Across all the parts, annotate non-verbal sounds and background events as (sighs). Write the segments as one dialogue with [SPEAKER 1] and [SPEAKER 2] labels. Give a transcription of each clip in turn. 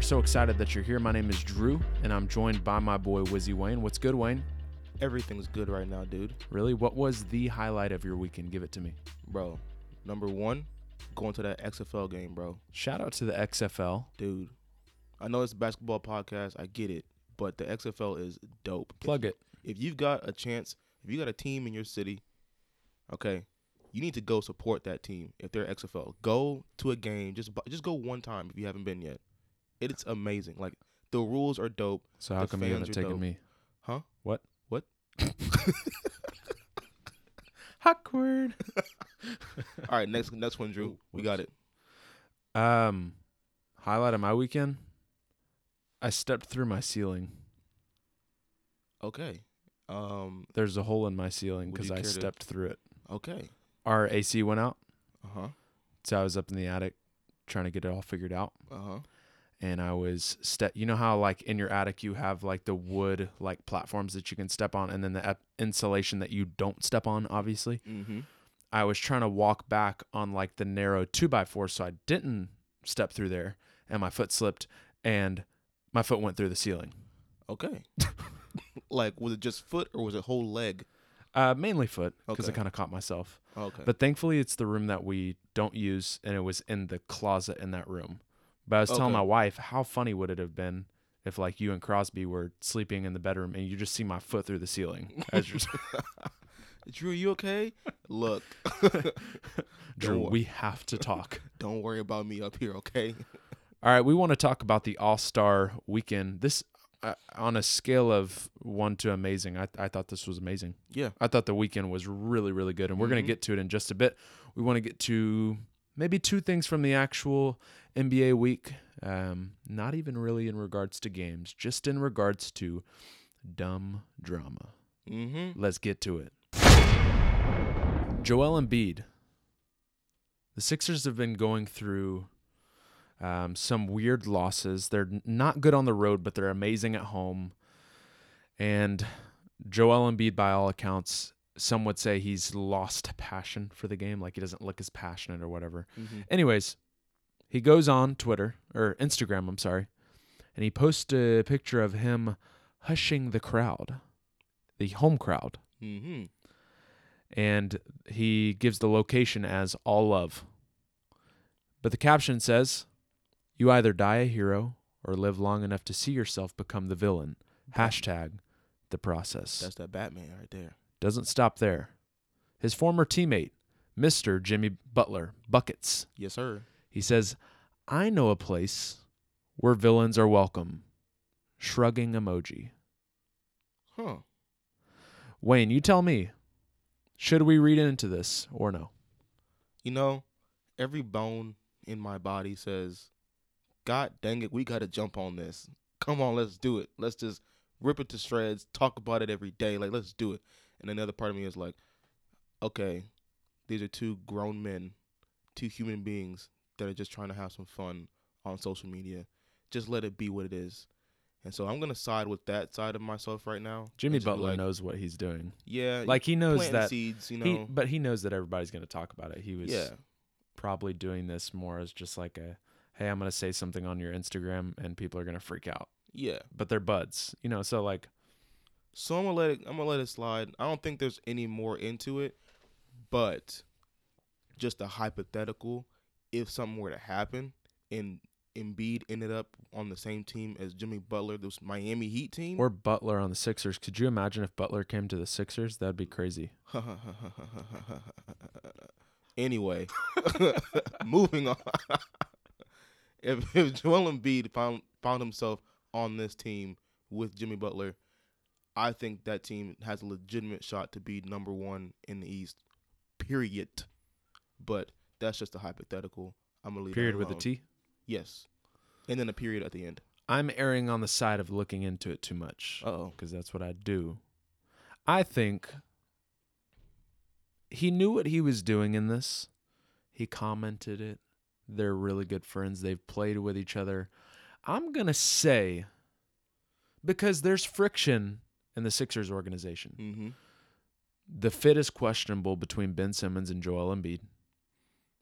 [SPEAKER 1] so excited that you're here. My name is Drew, and I'm joined by my boy Wizzy Wayne. What's good, Wayne?
[SPEAKER 2] Everything's good right now, dude.
[SPEAKER 1] Really, what was the highlight of your weekend? Give it to me.
[SPEAKER 2] Bro, number one, going to that XFL game, bro.
[SPEAKER 1] Shout out to the XFL.
[SPEAKER 2] Dude, I know it's a basketball podcast. I get it. But the XFL is dope.
[SPEAKER 1] Plug it.
[SPEAKER 2] If you've got a chance, if you got a team in your city, okay, you need to go support that team if they're XFL. Go to a game. Just bu- just go one time if you haven't been yet. It's amazing. Like the rules are dope.
[SPEAKER 1] So how
[SPEAKER 2] The
[SPEAKER 1] come you
[SPEAKER 2] fans
[SPEAKER 1] haven't
[SPEAKER 2] are
[SPEAKER 1] taken
[SPEAKER 2] dope.
[SPEAKER 1] me?
[SPEAKER 2] Huh?
[SPEAKER 1] What?
[SPEAKER 2] What?
[SPEAKER 1] (laughs) Awkward. (laughs)
[SPEAKER 2] All right, next next one, Drew. We got it.
[SPEAKER 1] Um, highlight of my weekend. I stepped through my ceiling.
[SPEAKER 2] Okay. Um.
[SPEAKER 1] There's a hole in my ceiling
[SPEAKER 2] Would
[SPEAKER 1] because
[SPEAKER 2] you
[SPEAKER 1] I
[SPEAKER 2] care to-
[SPEAKER 1] stepped through it.
[SPEAKER 2] Okay.
[SPEAKER 1] Our AC went out,
[SPEAKER 2] Uh huh.
[SPEAKER 1] so I was up in the attic trying to get it all figured out.
[SPEAKER 2] Uh huh.
[SPEAKER 1] and I was step. You know how like in your attic you have like the wood like platforms that you can step on, and then the ep- insulation that you don't step on. Obviously,
[SPEAKER 2] Mm-hmm.
[SPEAKER 1] I was trying to walk back on like the narrow two by four, so I didn't step through there, and my foot slipped, and my foot went through the ceiling.
[SPEAKER 2] Okay. (laughs) like, was it just foot or was it whole leg?
[SPEAKER 1] Uh, mainly foot because I
[SPEAKER 2] Okay.
[SPEAKER 1] kind of caught myself.
[SPEAKER 2] Okay.
[SPEAKER 1] But thankfully, it's the room that we don't use, and it was in the closet in that room. But I was telling
[SPEAKER 2] Okay.
[SPEAKER 1] my wife, how funny would it have been if like you and Crosby were sleeping in the bedroom and you just see my foot through the ceiling? As (laughs) you're,
[SPEAKER 2] Drew, you okay? Look, (laughs)
[SPEAKER 1] Drew,
[SPEAKER 2] wor-
[SPEAKER 1] we have (laughs) to talk.
[SPEAKER 2] don't worry about me up here, okay?
[SPEAKER 1] All right, we want to talk about the All Star Weekend. This, uh, on a scale of one to amazing, I, I thought this was amazing.
[SPEAKER 2] Yeah.
[SPEAKER 1] I thought the weekend was really, really good, and we're going to get to it in just a bit. We want to get to maybe two things from the actual NBA week, um, not even really in regards to games, just in regards to dumb drama.
[SPEAKER 2] Mm-hmm.
[SPEAKER 1] Let's get to it. Joel Embiid. The Sixers have been going through um, some weird losses. They're n- not good on the road, but they're amazing at home. And Joel Embiid, by all accounts, some would say he's lost passion for the game. Like he doesn't look as passionate or whatever.
[SPEAKER 2] Mm-hmm.
[SPEAKER 1] Anyways, he goes on Twitter or Instagram, I'm sorry, and he posts a picture of him hushing the crowd, the home crowd,
[SPEAKER 2] Mm-hmm.
[SPEAKER 1] and he gives the location as all love. But the caption says, You either die a hero or live long enough to see yourself become the villain. Hashtag the process.
[SPEAKER 2] That's that Batman right there.
[SPEAKER 1] Doesn't stop there. His former teammate, Mr. Jimmy Butler, Buckets,
[SPEAKER 2] Yes, sir.
[SPEAKER 1] he says, I know a place where villains are welcome. Shrugging emoji.
[SPEAKER 2] Huh.
[SPEAKER 1] Wayne, you tell me, should we read into this or no?
[SPEAKER 2] You know, every bone in my body says, God dang it, we gotta jump on this. Come on, let's do it. Let's just rip it to shreds, talk about it every day. Like, let's do it. And another part of me is like, okay, these are two grown men, two human beings that are just trying to have some fun on social media. Just let it be what it is. And so I'm gonna side with that side of myself right now.
[SPEAKER 1] Jimmy
[SPEAKER 2] and just be
[SPEAKER 1] Butler
[SPEAKER 2] like,
[SPEAKER 1] knows what he's doing.
[SPEAKER 2] Yeah,
[SPEAKER 1] Like he knows
[SPEAKER 2] planting
[SPEAKER 1] that
[SPEAKER 2] seeds, you know.
[SPEAKER 1] he but he knows that everybody's going to talk about it. He was
[SPEAKER 2] yeah.
[SPEAKER 1] probably doing this more as just like a hey, I'm going to say something on your Instagram and people are going to freak out.
[SPEAKER 2] Yeah.
[SPEAKER 1] But they're buds, you know, so like
[SPEAKER 2] So I'm gonna let it. I'm gonna let it slide. I don't think there's any more into it, but just a hypothetical. If something were to happen and Embiid ended up on the same team as Jimmy Butler, this Miami Heat team,
[SPEAKER 1] or Butler on the Sixers. Could you imagine if Butler came to the Sixers? That'd be crazy.
[SPEAKER 2] (laughs) anyway, moving on. (laughs) if, if Joel Embiid found found himself on this team with Jimmy Butler, I think that team has a legitimate shot to be number one in the East. Period. But that's just a hypothetical. I'm gonna leave. that
[SPEAKER 1] Period with a
[SPEAKER 2] alone.
[SPEAKER 1] T.
[SPEAKER 2] Yes, and then a period at the end.
[SPEAKER 1] I'm erring on the side of looking into it too much
[SPEAKER 2] Oh,
[SPEAKER 1] because that's what I do. I think he knew what he was doing in this. He commented it. They're really good friends. They've played with each other. I'm going to say because there's friction in the Sixers organization.
[SPEAKER 2] mm-hmm.
[SPEAKER 1] The fit is questionable between Ben Simmons and Joel Embiid.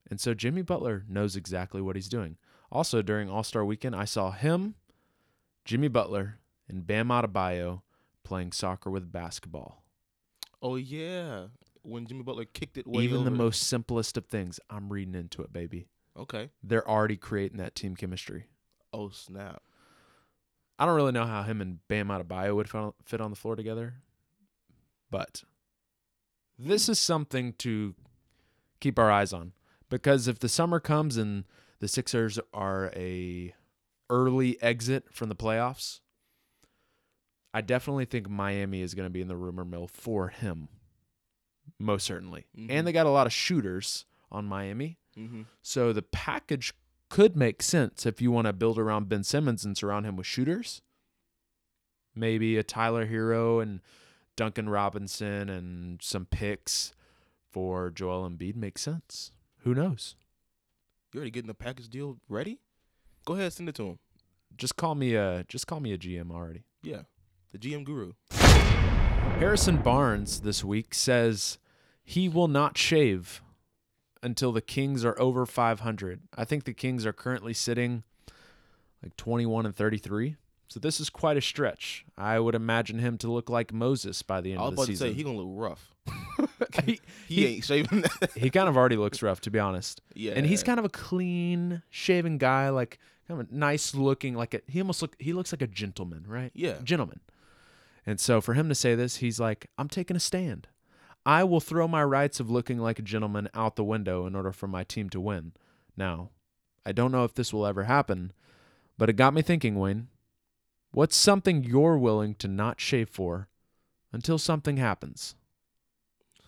[SPEAKER 1] And so Jimmy Butler knows exactly what he's doing. Also, during All Star weekend, I saw him, Jimmy Butler, and Bam Adebayo playing soccer with basketball.
[SPEAKER 2] Oh yeah, when Jimmy Butler kicked it way
[SPEAKER 1] Even the
[SPEAKER 2] over.
[SPEAKER 1] most simplest of things, I'm reading into it, baby.
[SPEAKER 2] Okay.
[SPEAKER 1] They're already creating that team chemistry.
[SPEAKER 2] Oh snap.
[SPEAKER 1] I don't really know how him and Bam Adebayo would fit on- fit on the floor together, but this is something to keep our eyes on because if the summer comes and the Sixers are a early exit from the playoffs, I definitely think Miami is going to be in the rumor mill for him, most certainly.
[SPEAKER 2] Mhm.
[SPEAKER 1] And they got a lot of shooters on Miami.
[SPEAKER 2] Mhm.
[SPEAKER 1] So the package could make sense if you want to build around Ben Simmons and surround him with shooters. Maybe a Tyler Hero and Duncan Robinson and some picks for Joel Embiid makes sense. Who knows?
[SPEAKER 2] You already getting the package deal ready? Go ahead, send it to him.
[SPEAKER 1] Just call me a just call me a GM already.
[SPEAKER 2] Yeah, the GM guru.
[SPEAKER 1] Harrison Barnes this week says he will not shave until the Kings are over 500. I think the Kings are currently sitting like 21 and 33. So this is quite a stretch. I would imagine him to look like Moses by the end
[SPEAKER 2] I was
[SPEAKER 1] of the
[SPEAKER 2] about to
[SPEAKER 1] season.
[SPEAKER 2] say he gonna look rough.
[SPEAKER 1] he,
[SPEAKER 2] He,
[SPEAKER 1] He-
[SPEAKER 2] ain't shaving. (laughs) that.
[SPEAKER 1] (laughs) he kind of already looks rough, to be honest.
[SPEAKER 2] yeah,
[SPEAKER 1] And
[SPEAKER 2] (laughs)
[SPEAKER 1] he's kind of a clean shaven guy, like kind of a nice looking, like a, he almost look he looks like a gentleman, right?
[SPEAKER 2] yeah.
[SPEAKER 1] gentleman. And so for him to say this, he's like, I'm taking a stand. I will throw my rights of looking like a gentleman out the window in order for my team to win. Now, I don't know if this will ever happen, but it got me thinking, Wayne. What's something you're willing to not shave for until something happens?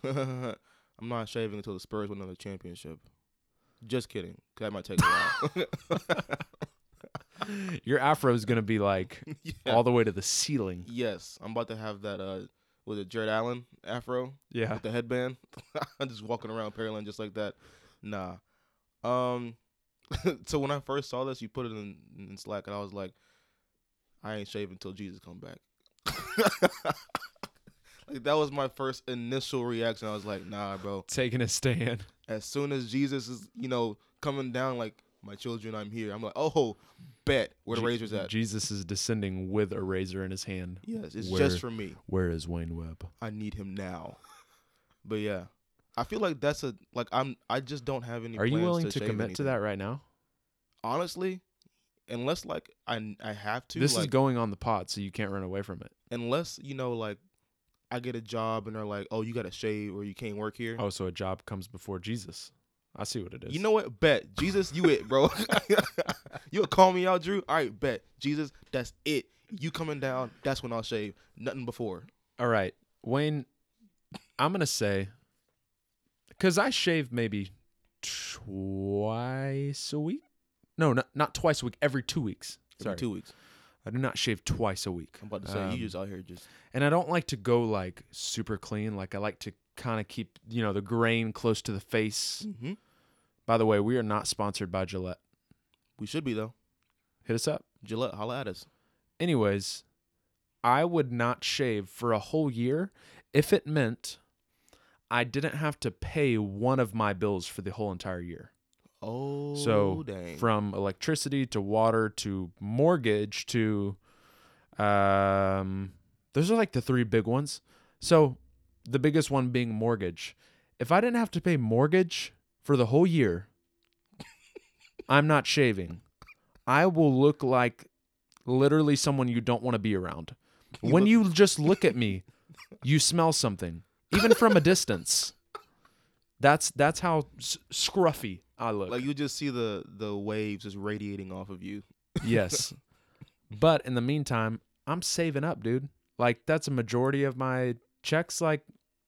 [SPEAKER 2] I'm not shaving until the Spurs win another championship. Just kidding. 'cause That might take a while.
[SPEAKER 1] Your afro is going to be
[SPEAKER 2] (laughs)
[SPEAKER 1] like
[SPEAKER 2] Yeah.
[SPEAKER 1] (laughs) all the way to the ceiling.
[SPEAKER 2] yes, I'm about to have that. Uh, was it Jared Allen afro
[SPEAKER 1] Yeah.
[SPEAKER 2] with the headband? (laughs) I'm just walking around Pearland just like that. Nah. Um. (laughs) so when I first saw this, you put it in, in Slack, and I was like, I ain't shaving until Jesus come back. (laughs) like that was my first initial reaction. I was like, Nah, bro.
[SPEAKER 1] Taking a stand.
[SPEAKER 2] as soon as Jesus is, you know, coming down like my children, I'm here. I'm like, oh, bet where the
[SPEAKER 1] Je-
[SPEAKER 2] razor's at.
[SPEAKER 1] Jesus is descending with a razor in his hand.
[SPEAKER 2] yes, it's
[SPEAKER 1] where-
[SPEAKER 2] just for me.
[SPEAKER 1] Where is Wayne Webb?
[SPEAKER 2] I need him now. But yeah, I feel like that's a like I'm. I just don't have any.
[SPEAKER 1] Are you
[SPEAKER 2] plans
[SPEAKER 1] willing to
[SPEAKER 2] shave
[SPEAKER 1] commit to
[SPEAKER 2] anything.
[SPEAKER 1] that right now?
[SPEAKER 2] Honestly, unless like I I have to.
[SPEAKER 1] this
[SPEAKER 2] like,
[SPEAKER 1] is going on the pod, so you can't run away from it.
[SPEAKER 2] unless you know like I get a job and they're like, oh, you got to shave or you can't work here.
[SPEAKER 1] Oh, so a job comes before Jesus. I see what it is.
[SPEAKER 2] You know what? Bet. Jesus, you it, bro. (laughs) You'll call me out, Drew. All right, bet. Jesus, that's it. You coming down, that's when I'll shave. Nothing before.
[SPEAKER 1] All right, Wayne. I'm gonna say, because I shave maybe twice a week. No, not not twice a week. Every two weeks.
[SPEAKER 2] Every
[SPEAKER 1] Sorry,
[SPEAKER 2] two weeks.
[SPEAKER 1] I do not shave twice a week.
[SPEAKER 2] I'm about to say
[SPEAKER 1] Um,
[SPEAKER 2] you just out here just
[SPEAKER 1] and I don't like to go like super clean. Like I like to kind of keep you know the grain close to the face.
[SPEAKER 2] Mhm.
[SPEAKER 1] By the way, we are not sponsored by Gillette.
[SPEAKER 2] we should be though.
[SPEAKER 1] Hit us up.
[SPEAKER 2] Gillette, holla at us.
[SPEAKER 1] anyways, I would not shave for a whole year if it meant I didn't have to pay one of my bills for the whole entire year.
[SPEAKER 2] Oh
[SPEAKER 1] So,
[SPEAKER 2] dang.
[SPEAKER 1] From electricity to water to mortgage to um those are like the three big ones. So, the biggest one being mortgage. If I didn't have to pay mortgage for the whole
[SPEAKER 2] (laughs)
[SPEAKER 1] year, I'm not shaving. I will look like literally someone you don't want to be around.
[SPEAKER 2] You
[SPEAKER 1] when
[SPEAKER 2] look-
[SPEAKER 1] you just look at me, you smell something, even from a distance.
[SPEAKER 2] (laughs)
[SPEAKER 1] That's that's how s- scruffy I look.
[SPEAKER 2] like you just see the the waves just radiating off of you.
[SPEAKER 1] yes. But in the meantime, I'm saving up, dude. Like that's a majority of my checks like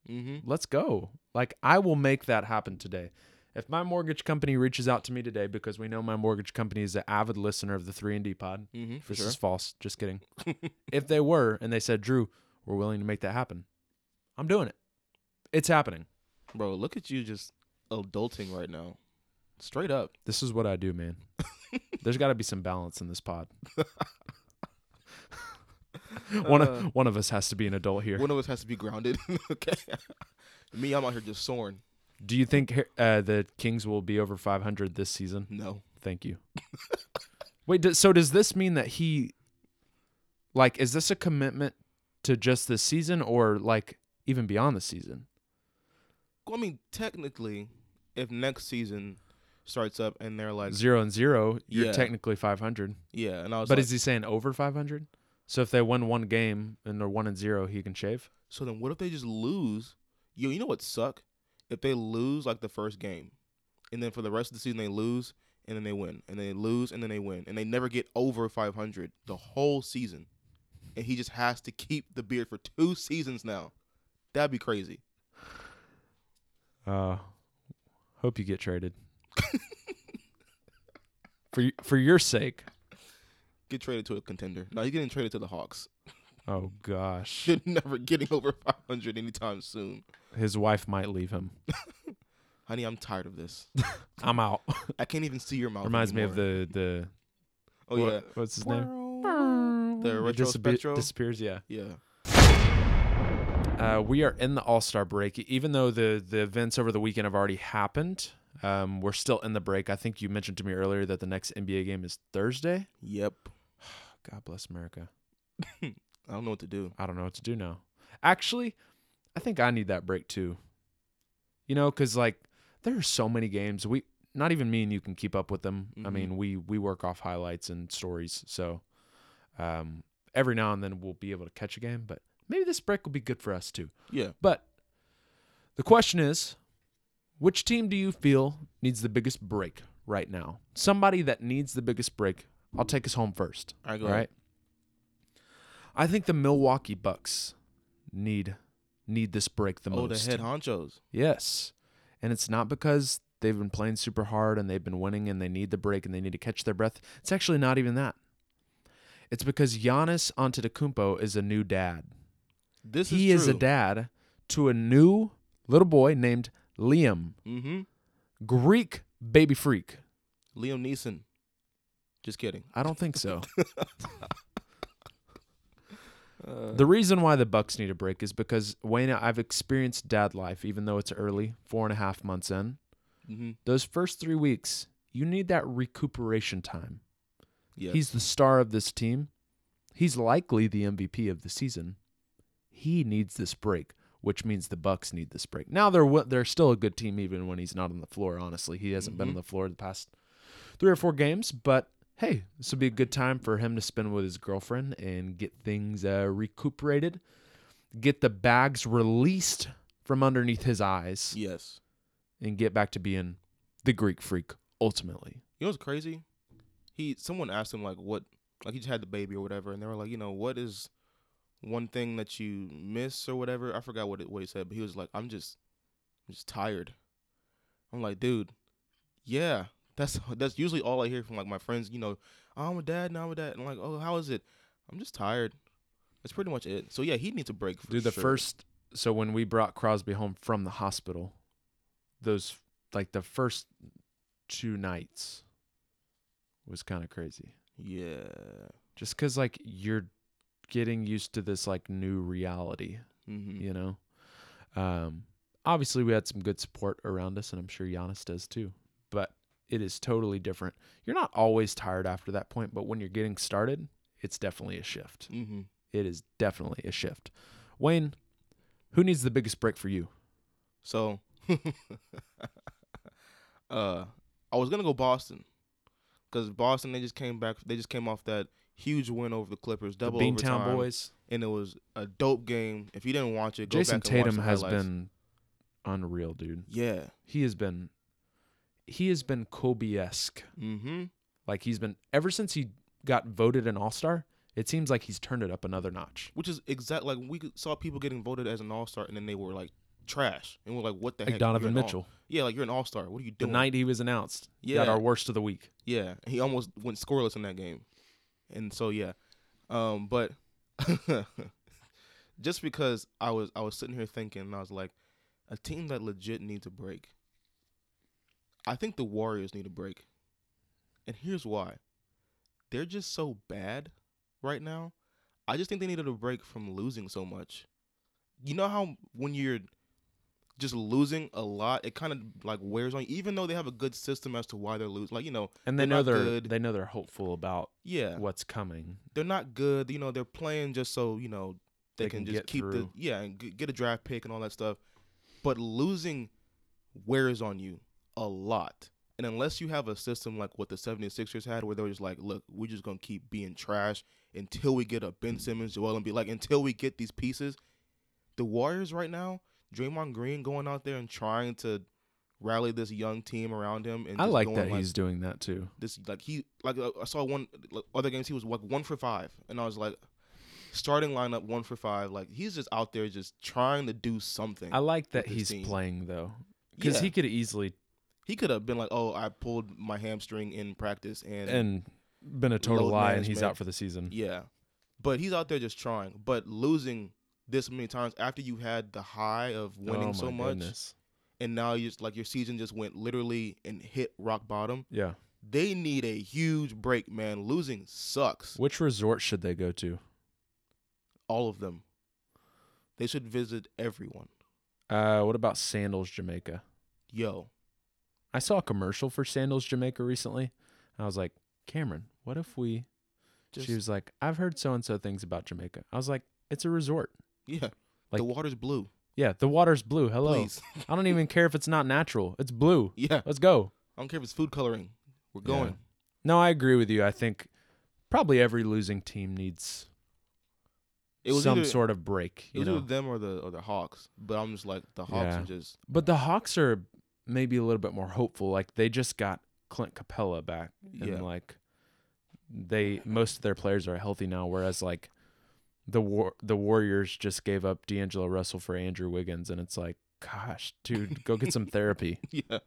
[SPEAKER 2] Mm-hmm.
[SPEAKER 1] let's go. Like I will make that happen today. If my mortgage company reaches out to me today because we know my mortgage company is an avid listener of the 3 and D pod.
[SPEAKER 2] Mm-hmm. For
[SPEAKER 1] this
[SPEAKER 2] sure.
[SPEAKER 1] is false. Just
[SPEAKER 2] (laughs)
[SPEAKER 1] kidding. if they were and they said, "Drew, we're willing to make that happen." I'm doing it. It's happening.
[SPEAKER 2] Bro, look at you just adulting right now. Straight up.
[SPEAKER 1] This is what I do, man. There's got to be some balance in this
[SPEAKER 2] (laughs)
[SPEAKER 1] pod. one of
[SPEAKER 2] Uh.
[SPEAKER 1] one of us has to be an adult here.
[SPEAKER 2] One of us has to be grounded. (laughs) okay. Me, I'm out here just soaring.
[SPEAKER 1] Do you think uh, the Kings will be over 500 this season?
[SPEAKER 2] No.
[SPEAKER 1] Thank
[SPEAKER 2] (laughs)
[SPEAKER 1] you. Wait, do, so does this mean that he, like, is this a commitment to just this season or, like, even beyond the season?
[SPEAKER 2] Well, I mean, technically, if next season starts up and they're like,
[SPEAKER 1] Zero and zero, you're
[SPEAKER 2] Yeah.
[SPEAKER 1] technically 500.
[SPEAKER 2] yeah, and I was
[SPEAKER 1] But
[SPEAKER 2] like,
[SPEAKER 1] is he saying over 500? So if they win one game and they're one and zero, he can shave?
[SPEAKER 2] so then what if they just lose? Yo, you know what suck? If they lose like the first game, and then for the rest of the season they lose, and then they win, and they lose, and then they win, and they never get over 500 the whole season, and he just has to keep the beard for two seasons now. That'd be crazy.
[SPEAKER 1] Uh, hope you get traded. (laughs) for y- for your sake.
[SPEAKER 2] Get traded to a contender. No, he's getting traded to the Hawks. (laughs)
[SPEAKER 1] Oh gosh.
[SPEAKER 2] They're never getting over 500 anytime soon.
[SPEAKER 1] His wife might leave him.
[SPEAKER 2] Honey, I'm tired of this.
[SPEAKER 1] I'm out.
[SPEAKER 2] I can't even see your mouth.
[SPEAKER 1] Reminds me of
[SPEAKER 2] anymore.
[SPEAKER 1] the the
[SPEAKER 2] Oh
[SPEAKER 1] what-
[SPEAKER 2] yeah.
[SPEAKER 1] what's his name?
[SPEAKER 2] The
[SPEAKER 1] It
[SPEAKER 2] retro
[SPEAKER 1] disappear-
[SPEAKER 2] spectro.
[SPEAKER 1] disappears, yeah.
[SPEAKER 2] yeah.
[SPEAKER 1] Uh, we are in the All Star break. Even though the the events over the weekend have already happened, um, we're still in the break. I think you mentioned to me earlier that the next NBA game is Thursday.
[SPEAKER 2] Yep.
[SPEAKER 1] God bless America.
[SPEAKER 2] I don't know what to do.
[SPEAKER 1] I don't know what to do now. Actually, I think I need that break too. You know, because like there are so many games. We not even me and you can keep up with them. I
[SPEAKER 2] Mhm.
[SPEAKER 1] mean, we we work off highlights and stories, so um, every now and then we'll be able to catch a game. But maybe this break will be good for us too.
[SPEAKER 2] Yeah.
[SPEAKER 1] But the question is, which team do you feel needs the biggest break right now? Somebody that needs the biggest break. I'll take us home first.
[SPEAKER 2] All right, go
[SPEAKER 1] All right. I think the Milwaukee Bucks need need this break the
[SPEAKER 2] Oh, the
[SPEAKER 1] most.
[SPEAKER 2] head honchos.
[SPEAKER 1] Yes. And it's not because they've been playing super hard and they've been winning and they need the break and they need to catch their breath. It's actually not even that. It's because Giannis Antetokounmpo is a new dad.
[SPEAKER 2] This
[SPEAKER 1] he
[SPEAKER 2] is
[SPEAKER 1] is a dad to a new little boy named Liam,
[SPEAKER 2] Mm-hmm.
[SPEAKER 1] Greek baby freak.
[SPEAKER 2] Liam Neeson. Just kidding.
[SPEAKER 1] I don't think so. (laughs)
[SPEAKER 2] Uh,
[SPEAKER 1] The reason why the Bucks need a break is because Wayne, I've experienced dad life, even though it's early, four and a half months in.
[SPEAKER 2] hmm
[SPEAKER 1] Those first three weeks, you need that recuperation time.
[SPEAKER 2] Yeah.
[SPEAKER 1] He's the star of this team. He's likely the MVP of the season. He needs this break, which means the Bucks need this break. Now they're wi- they're still a good team even when he's not on the floor. Honestly, he hasn't been on
[SPEAKER 2] Mhm.
[SPEAKER 1] the floor the past three or four games. But hey, this would be a good time for him to spend with his girlfriend and get things uh, recuperated, get the bags released from underneath his eyes,
[SPEAKER 2] yes.
[SPEAKER 1] and get back to being the Greek freak ultimately.
[SPEAKER 2] You know what's crazy? He someone asked him like what like he just had the baby or whatever, and they were like, you know, what is one thing that you miss or whatever? I forgot what it, what he said, but he was like, I'm just I'm just tired. I'm like, dude, yeah. That's that's usually all I hear from like my friends, you know, "Oh, I'm a dad now I'm a dad. And I'm like, oh, how is it? I'm just tired. That's pretty much it. So yeah, he needs a break for
[SPEAKER 1] Dude, the
[SPEAKER 2] sure.
[SPEAKER 1] first so when we brought Crosby home from the hospital, those like the first two nights was kind of crazy.
[SPEAKER 2] Yeah.
[SPEAKER 1] Just cuz like you're getting used to this like new reality,
[SPEAKER 2] Mm-hmm.
[SPEAKER 1] you know. Um obviously we had some good support around us and I'm sure Giannis does too, but it is totally different. You're not always tired after that point, but when you're getting started, it's definitely a shift.
[SPEAKER 2] Mm-hmm.
[SPEAKER 1] It is definitely a shift. Wayne, who needs the biggest break for you?
[SPEAKER 2] So, (laughs) uh, I was gonna go Boston, cause Boston they just came back. They just came off that huge win over the Clippers, double
[SPEAKER 1] the Beantown
[SPEAKER 2] overtime,
[SPEAKER 1] Boys.
[SPEAKER 2] and it was a dope game. If you didn't watch it, go
[SPEAKER 1] Jason
[SPEAKER 2] back and watch
[SPEAKER 1] Tatum
[SPEAKER 2] the
[SPEAKER 1] has
[SPEAKER 2] highlights.
[SPEAKER 1] been unreal, dude.
[SPEAKER 2] yeah,
[SPEAKER 1] He has been he has been Kobe esque.
[SPEAKER 2] mm-hmm,
[SPEAKER 1] Like he's been ever since he got voted an all star, it seems like he's turned it up another notch.
[SPEAKER 2] which is exact. Like we could- saw people getting voted as an All Star, and then they were like trash, and we're like, what the
[SPEAKER 1] Like
[SPEAKER 2] heck?
[SPEAKER 1] Donovan
[SPEAKER 2] You're an all-
[SPEAKER 1] Mitchell.
[SPEAKER 2] yeah, like you're an All Star. What are you
[SPEAKER 1] The
[SPEAKER 2] doing?
[SPEAKER 1] night he was announced. Got
[SPEAKER 2] Yeah.
[SPEAKER 1] our worst of the week.
[SPEAKER 2] Yeah, he almost went scoreless in that game, and so yeah, um, but (laughs) just because I was I was sitting here thinking, and I was like, a team that legit needs a break. I think the Warriors need a break, and here's why: they're just so bad right now. I just think they needed a break from losing so much. You know how when you're just losing a lot, it kind of like wears on you. Even though they have a good system as to why they're losing, like you know,
[SPEAKER 1] and they
[SPEAKER 2] They're
[SPEAKER 1] know
[SPEAKER 2] not
[SPEAKER 1] they're
[SPEAKER 2] good.
[SPEAKER 1] they know they're hopeful about
[SPEAKER 2] yeah,
[SPEAKER 1] what's coming.
[SPEAKER 2] they're not good. You know, they're playing just so you know they,
[SPEAKER 1] They
[SPEAKER 2] can,
[SPEAKER 1] can get
[SPEAKER 2] just keep the
[SPEAKER 1] through.
[SPEAKER 2] yeah and g- get a draft pick and all that stuff. But losing wears on you a lot. And unless you have a system like what the 76ers had, where they were just like, look, we're just going to keep being trash until we get a Ben Simmons, Joel Embiid, like until we get these pieces. The Warriors right now, Draymond Green going out there and trying to rally this young team around him. And
[SPEAKER 1] I
[SPEAKER 2] just
[SPEAKER 1] like
[SPEAKER 2] going
[SPEAKER 1] that he's doing that too.
[SPEAKER 2] this like he like uh, I saw one like, other games he was like one for five, and I was like, starting lineup one for five. Like he's just out there just trying to do something.
[SPEAKER 1] I like that
[SPEAKER 2] this
[SPEAKER 1] he's
[SPEAKER 2] team.
[SPEAKER 1] playing though, because
[SPEAKER 2] Yeah.
[SPEAKER 1] he could easily
[SPEAKER 2] he could have been like, oh, I pulled my hamstring in practice, and,
[SPEAKER 1] and been a total
[SPEAKER 2] Load
[SPEAKER 1] lie, and he's
[SPEAKER 2] management.
[SPEAKER 1] out for the season.
[SPEAKER 2] yeah, but he's out there just trying. But losing this many times after you had the high of winning
[SPEAKER 1] Oh
[SPEAKER 2] so
[SPEAKER 1] my
[SPEAKER 2] much,
[SPEAKER 1] goodness.
[SPEAKER 2] and now you just like your season just went literally and hit rock bottom.
[SPEAKER 1] Yeah.
[SPEAKER 2] They need a huge break, man. Losing sucks.
[SPEAKER 1] Which resort should they go to?
[SPEAKER 2] All of them. They should visit everyone.
[SPEAKER 1] Uh, what about Sandals Jamaica?
[SPEAKER 2] yo,
[SPEAKER 1] I saw a commercial for Sandals Jamaica recently. And I was like, Cameron, what if we?
[SPEAKER 2] just
[SPEAKER 1] she was like, I've heard so and so things about Jamaica. I was like, it's a resort.
[SPEAKER 2] yeah,
[SPEAKER 1] like-
[SPEAKER 2] the water's blue.
[SPEAKER 1] Yeah, the water's blue. Hello.
[SPEAKER 2] Please, (laughs)
[SPEAKER 1] I don't even care if it's not natural. It's blue.
[SPEAKER 2] yeah,
[SPEAKER 1] Let's go.
[SPEAKER 2] I don't care if it's food coloring. We're
[SPEAKER 1] Yeah.
[SPEAKER 2] going.
[SPEAKER 1] No, I agree with you. I think probably every losing team needs
[SPEAKER 2] It was
[SPEAKER 1] some
[SPEAKER 2] either,
[SPEAKER 1] sort of break,
[SPEAKER 2] It
[SPEAKER 1] you
[SPEAKER 2] was
[SPEAKER 1] know.
[SPEAKER 2] either them or the or the Hawks, but I'm just like the Hawks
[SPEAKER 1] Yeah.
[SPEAKER 2] are just (laughs)
[SPEAKER 1] But the Hawks are maybe a little bit more hopeful. Like they just got Clint Capella back, and
[SPEAKER 2] Yeah.
[SPEAKER 1] like they most of their players are healthy now. Whereas like the war the Warriors just gave up D'Angelo Russell for Andrew Wiggins, and it's like, gosh, dude, go get some therapy.
[SPEAKER 2] yeah.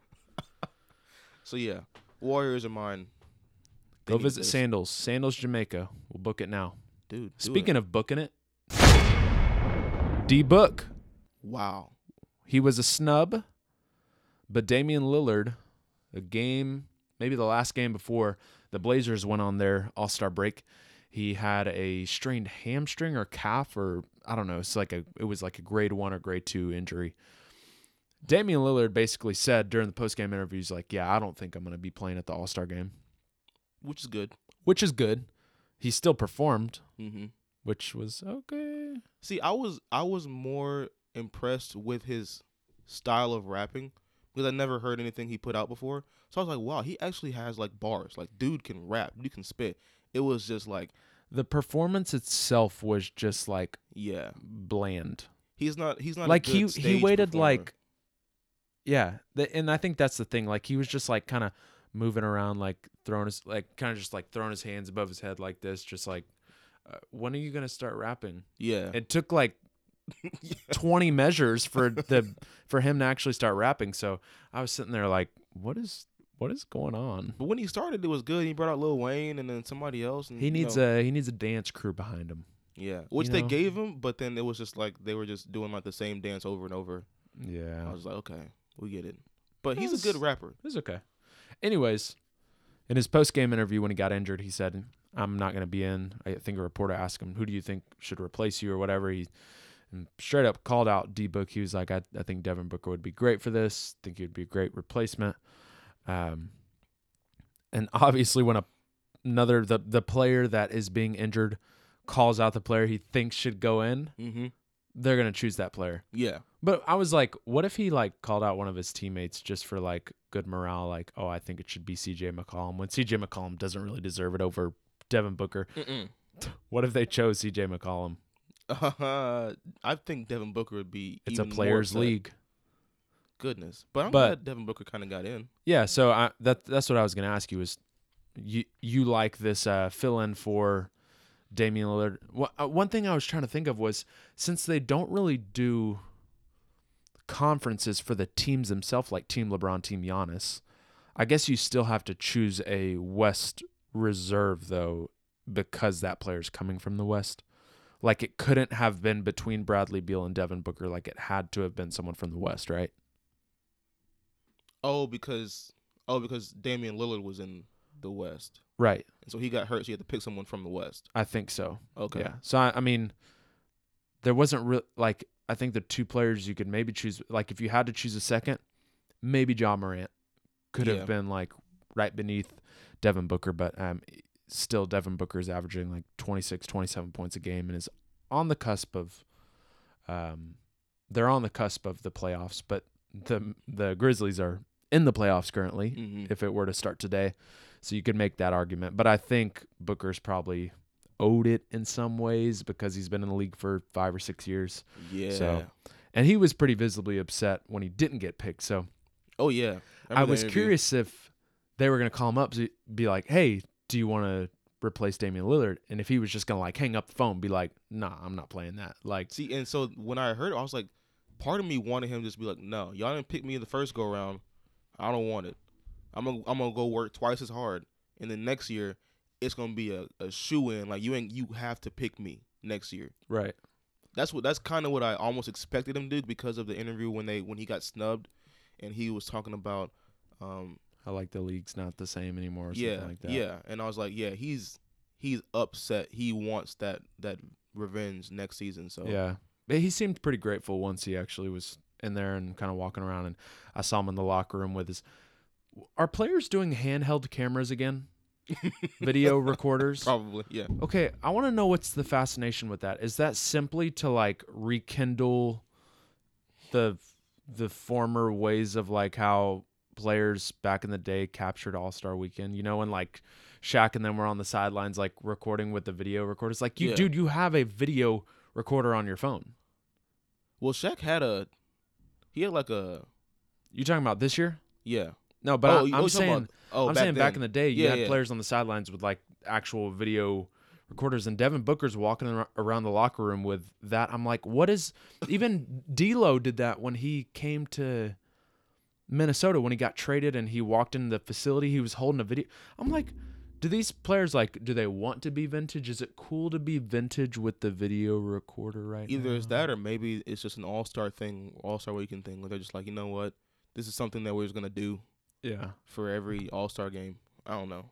[SPEAKER 2] so yeah, Warriors are mine. (laughs) They
[SPEAKER 1] Go
[SPEAKER 2] need
[SPEAKER 1] visit
[SPEAKER 2] this.
[SPEAKER 1] Sandals, Sandals Jamaica. We'll book it now.
[SPEAKER 2] dude. do
[SPEAKER 1] Speaking
[SPEAKER 2] it.
[SPEAKER 1] of booking it, D book.
[SPEAKER 2] wow,
[SPEAKER 1] He was a snub, but Damian Lillard, a game, maybe the last game before the Blazers went on their All Star break, he had a strained hamstring or calf or I don't know. It's like a it was like a grade one or grade two injury. Damian Lillard basically said during the post game interviews, like, "Yeah, I don't think I'm going to be playing at the All Star game,"
[SPEAKER 2] which is good.
[SPEAKER 1] which is good. He still performed,
[SPEAKER 2] hmm
[SPEAKER 1] which was okay.
[SPEAKER 2] See, I was I was more impressed with his style of rapping because I never heard anything he put out before. So I was like, wow, he actually has like bars. Like, dude can rap, dude can spit. It was just like,
[SPEAKER 1] The performance itself was just like
[SPEAKER 2] yeah,
[SPEAKER 1] bland.
[SPEAKER 2] he's not he's not a
[SPEAKER 1] like
[SPEAKER 2] good
[SPEAKER 1] he he
[SPEAKER 2] stage
[SPEAKER 1] waited
[SPEAKER 2] performer.
[SPEAKER 1] like yeah th- and i think that's the thing like he was just like kind of moving around like throwing his like kind of just like throwing his hands above his head like this just like uh, when are you gonna start rapping
[SPEAKER 2] yeah,
[SPEAKER 1] it took like
[SPEAKER 2] (laughs) Yeah.
[SPEAKER 1] 20 measures
[SPEAKER 2] (laughs)
[SPEAKER 1] for the for him to actually start rapping so i was sitting there like what is what is going on
[SPEAKER 2] But when he started, it was good. He brought out Lil Wayne and then somebody else. And,
[SPEAKER 1] he
[SPEAKER 2] you
[SPEAKER 1] needs
[SPEAKER 2] know,
[SPEAKER 1] a he needs a dance crew behind him
[SPEAKER 2] yeah, which
[SPEAKER 1] you
[SPEAKER 2] they
[SPEAKER 1] know.
[SPEAKER 2] gave him. But then it was just like they were just doing like the same dance over and over. I
[SPEAKER 1] yeah
[SPEAKER 2] was like, okay, we get it. But he's
[SPEAKER 1] Yes.
[SPEAKER 2] a good rapper.
[SPEAKER 1] It was okay. Anyways, in his post game interview when he got injured, he said, "I'm not going to be in." I think a reporter asked him, "Who do you think should replace you or whatever?" He and straight up called out D Book. He was like, I, "I think Devin Booker would be great for this. Think he'd be a great replacement." Um, and (laughs) obviously, when a, another the the player that is being injured calls out the player he thinks should go in,
[SPEAKER 2] Mm-hmm.
[SPEAKER 1] they're going to choose that player.
[SPEAKER 2] Yeah,
[SPEAKER 1] But I was like, what if he like called out one of his teammates just for like good morale? Like, oh, I think it should be CJ McCollum when CJ McCollum doesn't really deserve it over Devin Booker.
[SPEAKER 2] Mm-mm.
[SPEAKER 1] What if they chose CJ McCollum?
[SPEAKER 2] Uh, I think Devin Booker would be.
[SPEAKER 1] It's
[SPEAKER 2] even
[SPEAKER 1] a
[SPEAKER 2] more
[SPEAKER 1] players
[SPEAKER 2] upset.
[SPEAKER 1] league.
[SPEAKER 2] Goodness, but I'm
[SPEAKER 1] But-
[SPEAKER 2] glad Devin Booker kind of got in.
[SPEAKER 1] Yeah. So I, that that's what I was gonna ask you is, you you like this uh, fill in for Damian Lillard? Wha- uh, One thing I was trying to think of was since they don't really do conferences for the teams themselves, like Team LeBron, Team Giannis, I guess you still have to choose a West reserve though, because that player's coming from the West. Like it couldn't have been between Bradley Beal and Devin Booker. Like it had to have been someone from the West, right?
[SPEAKER 2] Oh, because oh, because Damian Lillard was in the West,
[SPEAKER 1] Right.
[SPEAKER 2] and so he got hurt. So you had to pick someone from the West.
[SPEAKER 1] I think so.
[SPEAKER 2] Okay.
[SPEAKER 1] Yeah. So I, I mean, there wasn't real like I think the two players you could maybe choose, like if you had to choose a second, maybe John Morant could
[SPEAKER 2] Yeah.
[SPEAKER 1] have been like right beneath Devin Booker, but um, still Devin Booker is averaging like 26, 27 points a game and is on the cusp of, um, they're on the cusp of the playoffs, but the the Grizzlies are in the playoffs currently.
[SPEAKER 2] Mhm.
[SPEAKER 1] If it were to start today, so you could make that argument, but I think Booker's probably owed it in some ways because he's been in the league for five or six years
[SPEAKER 2] Mm-hmm. yeah.
[SPEAKER 1] so- and he was pretty visibly upset when he didn't get picked. So
[SPEAKER 2] oh yeah.
[SPEAKER 1] I,
[SPEAKER 2] remember that
[SPEAKER 1] was
[SPEAKER 2] interview.
[SPEAKER 1] curious if they were going to call him up to be like, "Hey, do you want to replace Damian Lillard?" And if he was just going to like hang up the phone, be like, "Nah, I'm not playing that." Like,
[SPEAKER 2] See, and so when I heard, it, I was like, part of me wanted him to just be like, "No, y'all didn't pick me in the first go round. I don't want it. I'm gonna I'm gonna go work twice as hard, and then next year it's gonna be a, a shoe in. Like you ain't you have to pick me next year.
[SPEAKER 1] right,
[SPEAKER 2] That's what that's kind of what I almost expected him to do because of the interview when they when he got snubbed, and he was talking about, um,
[SPEAKER 1] I like the league's not the same anymore. Or
[SPEAKER 2] yeah,
[SPEAKER 1] something like that.
[SPEAKER 2] yeah, and I was like, yeah, he's he's upset. He wants that that revenge next season. So
[SPEAKER 1] yeah. But he seemed pretty grateful once he actually was in there and kind of walking around. And I saw him in the locker room with his. Are players doing handheld cameras again? Video recorders?
[SPEAKER 2] probably yeah.
[SPEAKER 1] Okay, I want to know what's the fascination with that. Is that simply to like rekindle the the former ways of like how players back in the day captured All Star Weekend, you know, when like Shaq and them were on the sidelines like recording with the video recorders. Like you,
[SPEAKER 2] Yeah.
[SPEAKER 1] dude, you have a video recorder on your phone.
[SPEAKER 2] Well, Shaq had a he had like a
[SPEAKER 1] You talking about this year?
[SPEAKER 2] yeah.
[SPEAKER 1] No, but
[SPEAKER 2] Oh, you-
[SPEAKER 1] I, am
[SPEAKER 2] you talking
[SPEAKER 1] saying
[SPEAKER 2] about- oh,
[SPEAKER 1] I'm saying back in the day, you
[SPEAKER 2] Yeah,
[SPEAKER 1] had
[SPEAKER 2] yeah.
[SPEAKER 1] players on the sidelines with like actual video recorders, and Devin Booker's walking ar- around the locker room with that. I'm like, what is? Even D'Lo did that when he came to Minnesota when he got traded and he walked in the facility. He was holding a video. I'm like, do these players like? Do they want to be vintage? Is it cool to be vintage with the video recorder right
[SPEAKER 2] Either
[SPEAKER 1] now?
[SPEAKER 2] it's that or maybe it's just an all star thing, all star weekend thing where they're just like, you know what, this is something that we're just gonna do
[SPEAKER 1] yeah.
[SPEAKER 2] for every all star game. I don't know.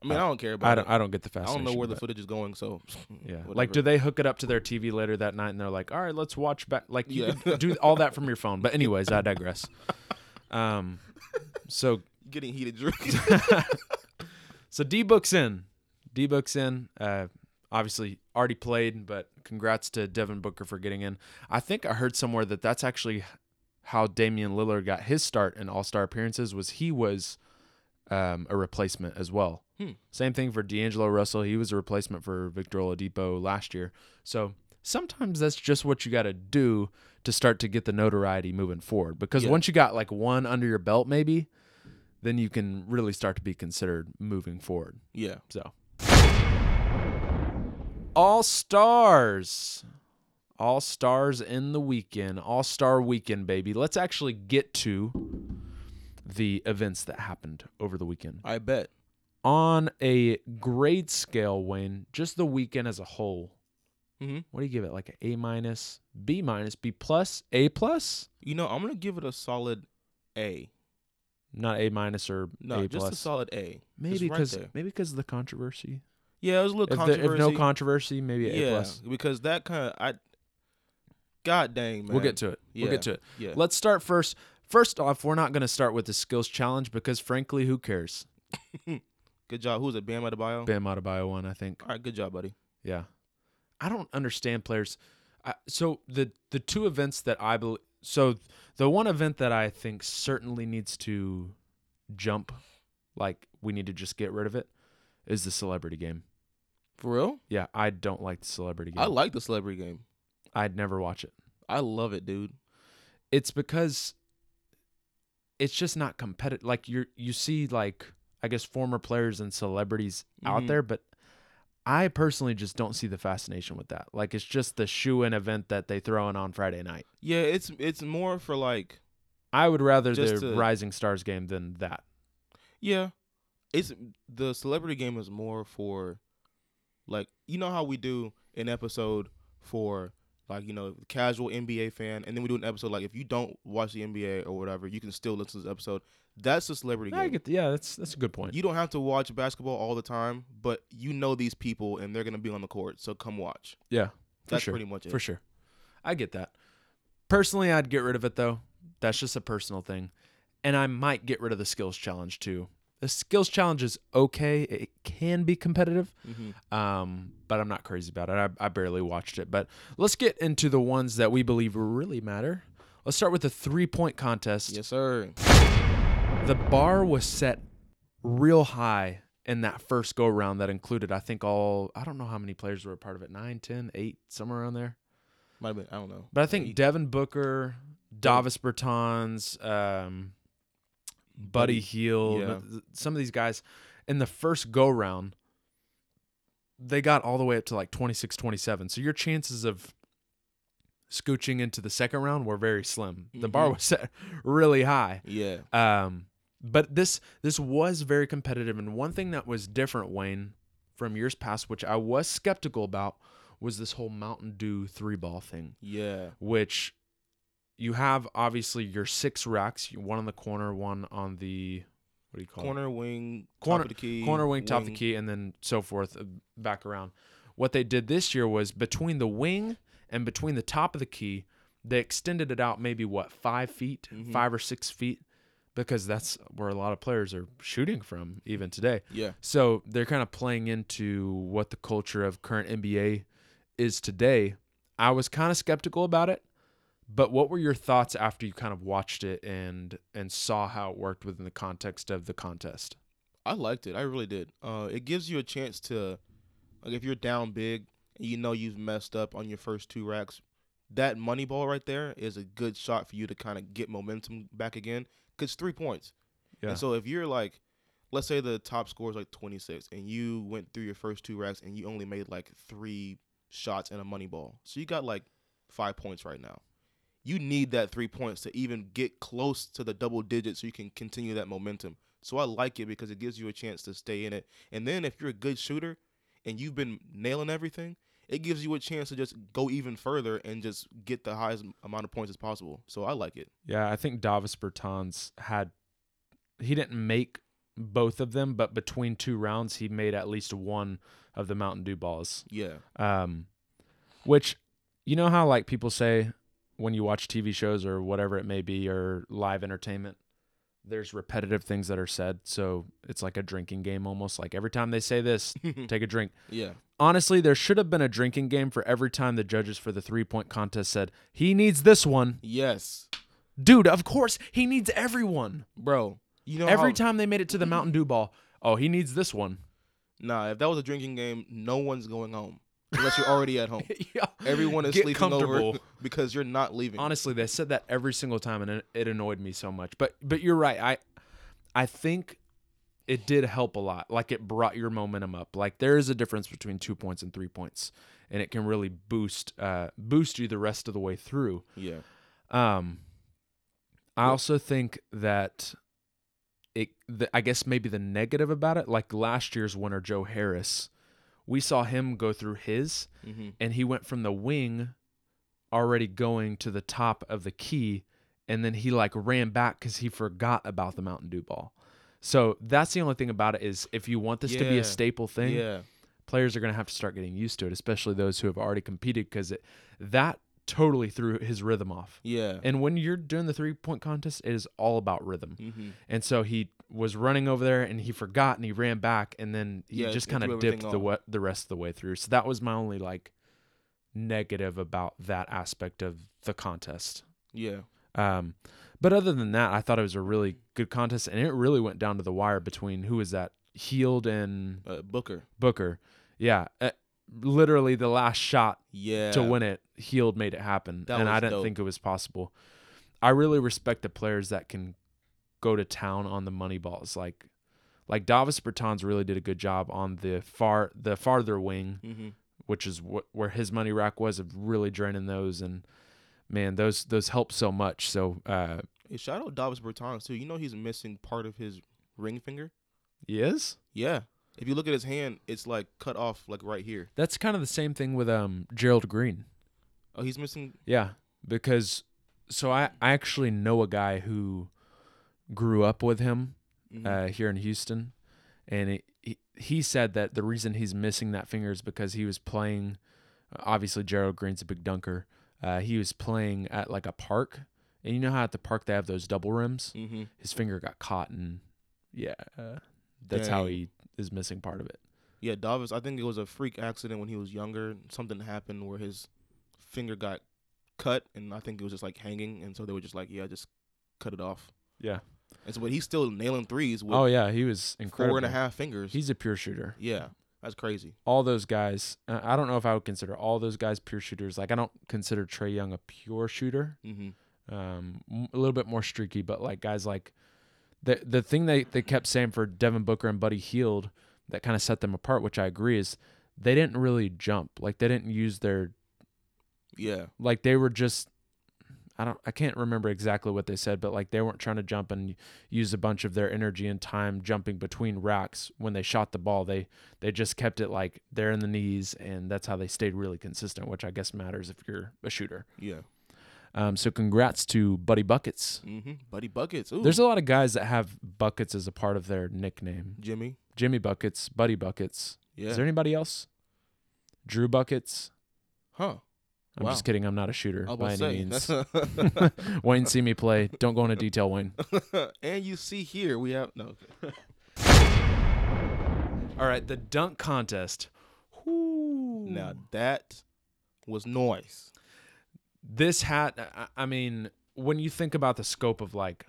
[SPEAKER 2] I mean, I, don't care about
[SPEAKER 1] I don't.
[SPEAKER 2] it.
[SPEAKER 1] I don't get the
[SPEAKER 2] I
[SPEAKER 1] fascination.
[SPEAKER 2] don't know where
[SPEAKER 1] but-
[SPEAKER 2] the footage is going, so
[SPEAKER 1] (laughs) Yeah.
[SPEAKER 2] whatever.
[SPEAKER 1] Like, do they hook it up to their TV later that night and they're like, all right, let's watch back? Like, you
[SPEAKER 2] Yeah.
[SPEAKER 1] could do all that from your phone. But, anyways, I
[SPEAKER 2] (laughs)
[SPEAKER 1] digress. Um, so,
[SPEAKER 2] getting
[SPEAKER 1] (laughs)
[SPEAKER 2] heated drink.
[SPEAKER 1] so D Book's in. D Book's in. Uh, obviously, already played, but congrats to Devin Booker for getting in. I think I heard somewhere that that's actually how Damian Lillard got his start in All Star appearances was he was um, a replacement as well.
[SPEAKER 2] Hmm.
[SPEAKER 1] Same thing for D'Angelo Russell. He was a replacement for Victor Oladipo last year. So sometimes that's just what you got to do to start to get the notoriety moving forward. Because
[SPEAKER 2] Yeah.
[SPEAKER 1] once you got like one under your belt, maybe, then you can really start to be considered moving forward.
[SPEAKER 2] yeah,
[SPEAKER 1] So, all stars, all stars in the weekend, all star weekend, baby. Let's actually get to the events that happened over the weekend
[SPEAKER 2] I bet.
[SPEAKER 1] on a grade scale. Wayne, just the weekend as a whole.
[SPEAKER 2] Mhm.
[SPEAKER 1] What do you give it? Like an A minus, B minus, B plus, A plus?
[SPEAKER 2] You know, I'm gonna give it a solid A.
[SPEAKER 1] Not A minus or
[SPEAKER 2] No,
[SPEAKER 1] A
[SPEAKER 2] just
[SPEAKER 1] plus.
[SPEAKER 2] a solid A.
[SPEAKER 1] maybe because
[SPEAKER 2] because right there.
[SPEAKER 1] maybe because of the controversy.
[SPEAKER 2] yeah, it was a little
[SPEAKER 1] If, there-
[SPEAKER 2] controversy.
[SPEAKER 1] if no controversy, maybe A
[SPEAKER 2] yeah,
[SPEAKER 1] plus.
[SPEAKER 2] because that kind of I. God dang, man.
[SPEAKER 1] We'll get to it. We'll
[SPEAKER 2] Yeah.
[SPEAKER 1] get to it.
[SPEAKER 2] Yeah.
[SPEAKER 1] Let's start first. First off, we're not going to start with the skills challenge because, frankly, who cares?
[SPEAKER 2] Good job. Who was it? Bam Adebayo.
[SPEAKER 1] Bam Adebayo won, I think.
[SPEAKER 2] All right. Good job, buddy.
[SPEAKER 1] Yeah, I don't understand players. I, so the the two events that I believe, so the one event that I think certainly needs to jump, like we need to just get rid of it, is the celebrity game.
[SPEAKER 2] For real?
[SPEAKER 1] Yeah, I don't like the celebrity game.
[SPEAKER 2] I like the celebrity game.
[SPEAKER 1] I'd never watch it.
[SPEAKER 2] I love it, dude.
[SPEAKER 1] it's because it's just not competitive like you're you see like i guess former players and celebrities out
[SPEAKER 2] Mhm.
[SPEAKER 1] there but i personally just don't see the fascination with that like it's just the shoe in event that they throw in on friday night
[SPEAKER 2] Yeah, it's it's more for like
[SPEAKER 1] i would rather
[SPEAKER 2] Just
[SPEAKER 1] the
[SPEAKER 2] to-
[SPEAKER 1] rising stars game than that
[SPEAKER 2] yeah, it's the celebrity game is more for like you know how we do an episode for like you know casual NBA fan, and then we do an episode like if you don't watch the NBA or whatever, you can still listen to this episode. That's the celebrity
[SPEAKER 1] i
[SPEAKER 2] game.
[SPEAKER 1] get yeah that's that's a good point
[SPEAKER 2] You don't have to watch basketball all the time, but you know these people and they're gonna be on the court, so come watch.
[SPEAKER 1] yeah for
[SPEAKER 2] That's
[SPEAKER 1] sure
[SPEAKER 2] pretty much it.
[SPEAKER 1] for sure I get that. Personally, I'd get rid of it though. That's just a personal thing. And I might get rid of the skills challenge too. The skills challenge is okay. It can be competitive,
[SPEAKER 2] Mhm.
[SPEAKER 1] um, but I'm not crazy about it. I, I barely watched it. But let's get into the ones that we believe really matter. Let's start with the three point contest.
[SPEAKER 2] Yes, sir.
[SPEAKER 1] The bar was set real high in that first go round that included, I think, all, I don't know how many players were a part of it, nine, ten, eight, somewhere around there.
[SPEAKER 2] Might have been. I don't know.
[SPEAKER 1] But I think Devin Booker, Davis Bertans, um, Buddy
[SPEAKER 2] Buddy,
[SPEAKER 1] Heald,
[SPEAKER 2] yeah.
[SPEAKER 1] th- some of these guys in the first go round, they got all the way up to like 26, 27. So your chances of scooching into the second round were very slim. The bar
[SPEAKER 2] Mhm.
[SPEAKER 1] was (laughs) set really high.
[SPEAKER 2] Yeah.
[SPEAKER 1] Um, but this this was very competitive, and one thing that was different, Wayne, from years past, which I was skeptical about, was this whole Mountain Dew three ball thing,
[SPEAKER 2] Yeah.
[SPEAKER 1] which you have obviously your six racks, you- one on the corner, one on the what do you call
[SPEAKER 2] Corner wing.
[SPEAKER 1] Corner-
[SPEAKER 2] Top of the key.
[SPEAKER 1] it? Corner wing, top of the key, and then so forth uh, back around. What they did this year was between the wing and between the top of the key, they extended it out maybe what five feet,
[SPEAKER 2] Mhm.
[SPEAKER 1] five or six feet, because that's where a lot of players are shooting from even today.
[SPEAKER 2] Yeah.
[SPEAKER 1] So they're kind of playing into what the culture of current NBA is today. I was kind of skeptical about it, but what were your thoughts after you kind of watched it and and saw how it worked within the context of the contest?
[SPEAKER 2] I liked it. I really did. Uh, it gives you a chance to, like, if you're down big and you know you've messed up on your first two racks, that money ball right there is a good shot for you to kind of get momentum back again. Cause three points.
[SPEAKER 1] Yeah.
[SPEAKER 2] And so if you're like, let's say the top score is like 26, and you went through your first two racks and you only made like three shots and a money ball, so you got like five points right now. You need that three points to even get close to the double digits so you can continue that momentum. So I like it because it gives you a chance to stay in it. And then if you're a good shooter and you've been nailing everything, it gives you a chance to just go even further and just get the highest amount of points as possible. So I like it.
[SPEAKER 1] Yeah, I think Davis Bertans had he didn't make both of them, but between two rounds he made at least one of the Mountain Dew balls.
[SPEAKER 2] Yeah.
[SPEAKER 1] Um which you know how like people say when you watch TV shows or whatever it may be or live entertainment there's repetitive things that are said, so it's like a drinking game almost. Like every time they say (laughs) this, take a drink.
[SPEAKER 2] yeah.
[SPEAKER 1] Honestly, there should have been a drinking game for every time the judges for the three-point contest said, "He needs this one."
[SPEAKER 2] Yes.
[SPEAKER 1] Dude, of course, he needs everyone.
[SPEAKER 2] bro. You know
[SPEAKER 1] Every
[SPEAKER 2] how-
[SPEAKER 1] time they made it to the Mountain Dew ball, oh, he needs this one.
[SPEAKER 2] Nah, if that was a drinking game, no one's going home unless you're
[SPEAKER 1] (laughs)
[SPEAKER 2] already at home.
[SPEAKER 1] (laughs) yeah.
[SPEAKER 2] Everyone is
[SPEAKER 1] Get
[SPEAKER 2] sleeping over
[SPEAKER 1] comfortable.
[SPEAKER 2] (laughs) because you're not leaving.
[SPEAKER 1] Honestly, they said that every single time, and it, it annoyed me so much. But but you're right. I I think it did help a lot. Like it brought your momentum up. Like there is a difference between two points and three points, and it can really boost uh, boost you the rest of the way through.
[SPEAKER 2] yeah,
[SPEAKER 1] Um, I also think that it. The, I guess maybe the negative about it, like last year's winner Joe Harris, we saw him go through his,
[SPEAKER 2] hmm
[SPEAKER 1] and he went from the wing, already going to the top of the key, and then he like ran back because he forgot about the Mountain Dew ball. So that's the only thing about it is if you want this to be
[SPEAKER 2] Yeah.
[SPEAKER 1] a staple thing,
[SPEAKER 2] Mm-hmm. yeah,
[SPEAKER 1] players are going to have to start getting used to it, especially those who have already competed, because it that totally threw his rhythm off.
[SPEAKER 2] yeah.
[SPEAKER 1] And when you're doing the three point contest, it is all about rhythm.
[SPEAKER 2] hmm
[SPEAKER 1] And so he was running over there and he forgot and he ran back and then he
[SPEAKER 2] Yeah,
[SPEAKER 1] just
[SPEAKER 2] it threw
[SPEAKER 1] kind of
[SPEAKER 2] everything
[SPEAKER 1] dipped the
[SPEAKER 2] off.
[SPEAKER 1] wa- the rest of the way through. So that was my only like negative about that aspect of the contest.
[SPEAKER 2] yeah,
[SPEAKER 1] Um, but other than that, I thought it was a really good contest and it really went down to the wire between who was that Healed and
[SPEAKER 2] uh, Booker.
[SPEAKER 1] Booker. Yeah, uh, literally the last shot
[SPEAKER 2] Yeah,
[SPEAKER 1] to win it, Healed made it happen,
[SPEAKER 2] That
[SPEAKER 1] and I
[SPEAKER 2] was
[SPEAKER 1] didn't
[SPEAKER 2] dope.
[SPEAKER 1] think it was possible. I really respect the players that can go to town on the money balls. Like, like Davis Bertans really did a good job on the far the farther wing,
[SPEAKER 2] hmm
[SPEAKER 1] which is wh- where his money rack was of really draining those. And man, those those help so much. So uh,
[SPEAKER 2] Hey, shout out Davis Bertans too. You know he's missing part of his ring finger.
[SPEAKER 1] he is.
[SPEAKER 2] Yeah, if you look at his hand, it's like cut off, like right here.
[SPEAKER 1] That's kind of the same thing with um Gerald Green.
[SPEAKER 2] Oh, he's missing.
[SPEAKER 1] Yeah, because so I I actually know a guy who grew up with him
[SPEAKER 2] mhm.
[SPEAKER 1] uh, here in Houston, and it, he he said that the reason he's missing that finger is because he was playing. Obviously, Gerald uh, Green's a big dunker, Uh, he was playing at like a park, and you know how at the park they have those double rims.
[SPEAKER 2] Mm-hmm.
[SPEAKER 1] His finger got caught, and yeah, uh, that's how
[SPEAKER 2] Dang.
[SPEAKER 1] he is missing part of it.
[SPEAKER 2] Yeah, Davis. I think it was a freak accident when he was younger. Something happened where his finger got cut, and I think it was just like hanging, and so they were just like, "Yeah, just cut it off."
[SPEAKER 1] Yeah.
[SPEAKER 2] And so, but he's still nailing threes with
[SPEAKER 1] oh yeah, he was incredible.
[SPEAKER 2] four and a half fingers.
[SPEAKER 1] He's a pure shooter.
[SPEAKER 2] yeah, that's crazy.
[SPEAKER 1] all those guys. uh, I don't know if I would consider all those guys pure shooters. Like I don't consider Trey Young a pure shooter.
[SPEAKER 2] hmm
[SPEAKER 1] Um, m- a little bit more streaky, but like guys like the the thing they they kept saying for Devin Booker and Buddy Heald that kind of set them apart, which I agree is they didn't really jump. Like they didn't use their
[SPEAKER 2] Yeah,
[SPEAKER 1] like they were just. I don't. I can't remember exactly what they said, but like they weren't trying to jump and use a bunch of their energy and time jumping between racks when they shot the ball. They they just kept it like they're in the knees, and that's how they stayed really consistent, which I guess matters if you're a shooter.
[SPEAKER 2] yeah.
[SPEAKER 1] Um, so congrats to Buddy Buckets.
[SPEAKER 2] hmm Buddy buckets. Ooh,
[SPEAKER 1] There's a lot of guys that have buckets as a part of their nickname.
[SPEAKER 2] Jimmy.
[SPEAKER 1] Jimmy Buckets, Buddy Buckets.
[SPEAKER 2] Yeah.
[SPEAKER 1] Is there anybody else? Drew Buckets.
[SPEAKER 2] huh.
[SPEAKER 1] I'm
[SPEAKER 2] Wow.
[SPEAKER 1] just kidding. I'm not a shooter
[SPEAKER 2] I
[SPEAKER 1] by
[SPEAKER 2] was
[SPEAKER 1] any (laughs)
[SPEAKER 2] say. (laughs)
[SPEAKER 1] means.
[SPEAKER 2] that's-
[SPEAKER 1] Wayne, see me play. Don't go into detail, Wayne.
[SPEAKER 2] (laughs) and you see here we have no.
[SPEAKER 1] (laughs) All right, the dunk contest. Whoo.
[SPEAKER 2] Now that was noise.
[SPEAKER 1] this hat, I- I mean, when you think about the scope of like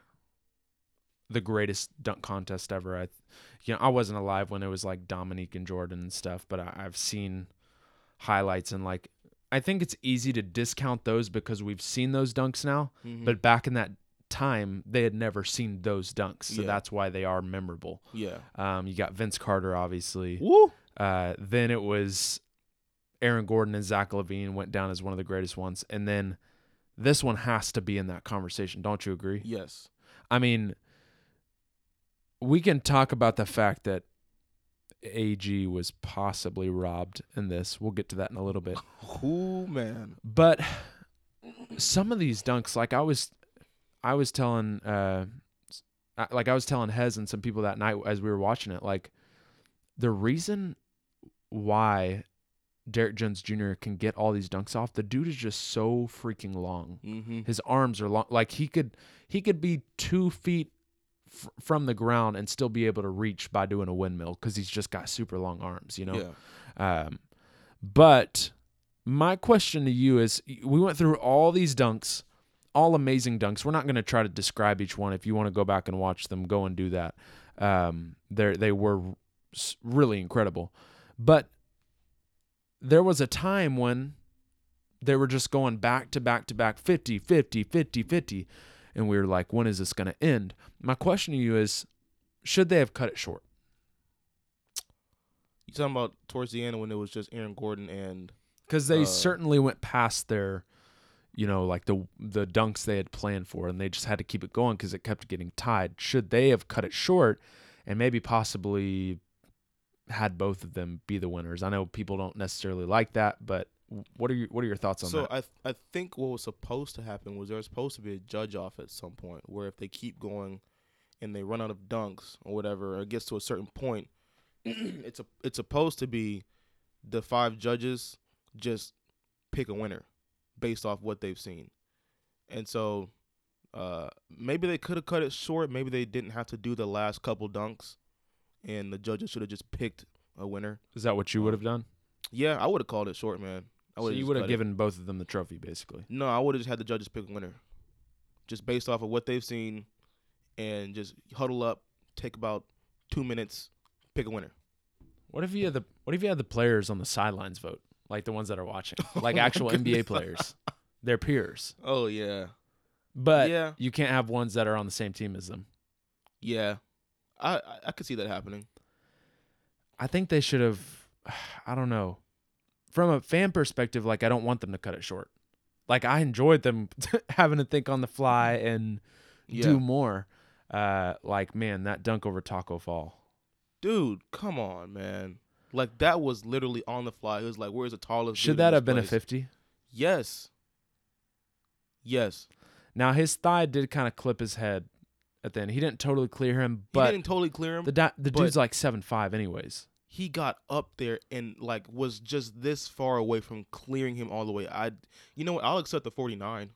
[SPEAKER 1] the greatest dunk contest ever, I, you know, I wasn't alive when it was like Dominique and Jordan and stuff, but I, I've seen highlights and like, I think it's easy to discount those because we've seen those dunks now,
[SPEAKER 2] Mhm.
[SPEAKER 1] but back in that time, they had never seen those dunks. So
[SPEAKER 2] Yeah.
[SPEAKER 1] that's why they are memorable.
[SPEAKER 2] yeah.
[SPEAKER 1] Um, you got Vince Carter, obviously.
[SPEAKER 2] Woo.
[SPEAKER 1] Uh, then it was Aaron Gordon and Zach Levine went down as one of the greatest ones. And then this one has to be in that conversation. Don't you agree?
[SPEAKER 2] Yes.
[SPEAKER 1] I mean, we can talk about the fact that AG was possibly robbed in this. We'll get to that in a little bit.
[SPEAKER 2] Ooh man.
[SPEAKER 1] But some of these dunks, like I was, I was telling, uh, I- like I was telling Hez and some people that night as we were watching it, like the reason why Derek Jones Jr. can get all these dunks off, the dude is just so freaking long.
[SPEAKER 2] Mm-hmm.
[SPEAKER 1] His arms are long, like he could, he could be two feet f- from the ground and still be able to reach by doing a windmill because he's just got super long arms, you know.
[SPEAKER 2] Yeah.
[SPEAKER 1] Um, but my question to you is we went through all these dunks, all amazing dunks. We're not going to try to describe each one. If you want to go back and watch them, go and do that. Um, they're- they were s- really incredible. But there was a time when they were just going back to back to back 50, 50, 50, 50. And we were like, when is this going to end? My question to you is should they have cut it short?
[SPEAKER 2] You talking about towards the end when it was just Aaron Gordon and
[SPEAKER 1] because they
[SPEAKER 2] Uh,
[SPEAKER 1] certainly went past their you know like the the dunks they had planned for and they just had to keep it going because it kept getting tied should they have cut it short and maybe possibly had both of them be the winners i know people don't necessarily like that but what are your what are your thoughts on
[SPEAKER 2] so
[SPEAKER 1] that
[SPEAKER 2] I th- I think what was supposed to happen was there was supposed to be a judge off at some point where if they keep going and they run out of dunks or whatever or it gets to a certain point (clears throat) it's a it's supposed to be the five judges just pick a winner based off what they've seen and so uh maybe they could have cut it short maybe they didn't have to do the last couple dunks and the judges should have just picked a winner
[SPEAKER 1] is that what you would have done
[SPEAKER 2] yeah I would have called it short man I
[SPEAKER 1] so
[SPEAKER 2] would've
[SPEAKER 1] you
[SPEAKER 2] just
[SPEAKER 1] would have
[SPEAKER 2] cut it.
[SPEAKER 1] given both of them the trophy basically
[SPEAKER 2] No, I would have just had the judges pick a winner, just based off of what they've seen, and just huddle up, take about two minutes, pick a winner.
[SPEAKER 1] what if you had the what if you had the players on the sidelines vote like the ones that are
[SPEAKER 2] (laughs)
[SPEAKER 1] watching like
[SPEAKER 2] Oh my
[SPEAKER 1] actual nba
[SPEAKER 2] goodness.
[SPEAKER 1] players their peers
[SPEAKER 2] Oh yeah,
[SPEAKER 1] but
[SPEAKER 2] Yeah.
[SPEAKER 1] you can't have ones that are on the same team as them
[SPEAKER 2] yeah, I I- I could see that happening.
[SPEAKER 1] I think they should have. (sighs) I don't know. From a fan perspective, like I don't want them to cut it short. Like I enjoyed them (laughs) having to think on the fly and
[SPEAKER 2] Yeah,
[SPEAKER 1] do more. Uh, like man, that dunk over Taco Fall.
[SPEAKER 2] dude, come on, man. Like that was literally on the fly. It was like, where's the tallest? dude in
[SPEAKER 1] Should that
[SPEAKER 2] this
[SPEAKER 1] have been a
[SPEAKER 2] place?
[SPEAKER 1] fifty?
[SPEAKER 2] Yes. Yes.
[SPEAKER 1] Now his thigh did kind of clip his head at the end. He didn't totally clear him,
[SPEAKER 2] he
[SPEAKER 1] but
[SPEAKER 2] didn't totally clear him.
[SPEAKER 1] the di- the
[SPEAKER 2] but-
[SPEAKER 1] dude's like seven five anyways.
[SPEAKER 2] he got up there and like was just this far away from clearing him all the way. I, you know what? I'll accept the 49.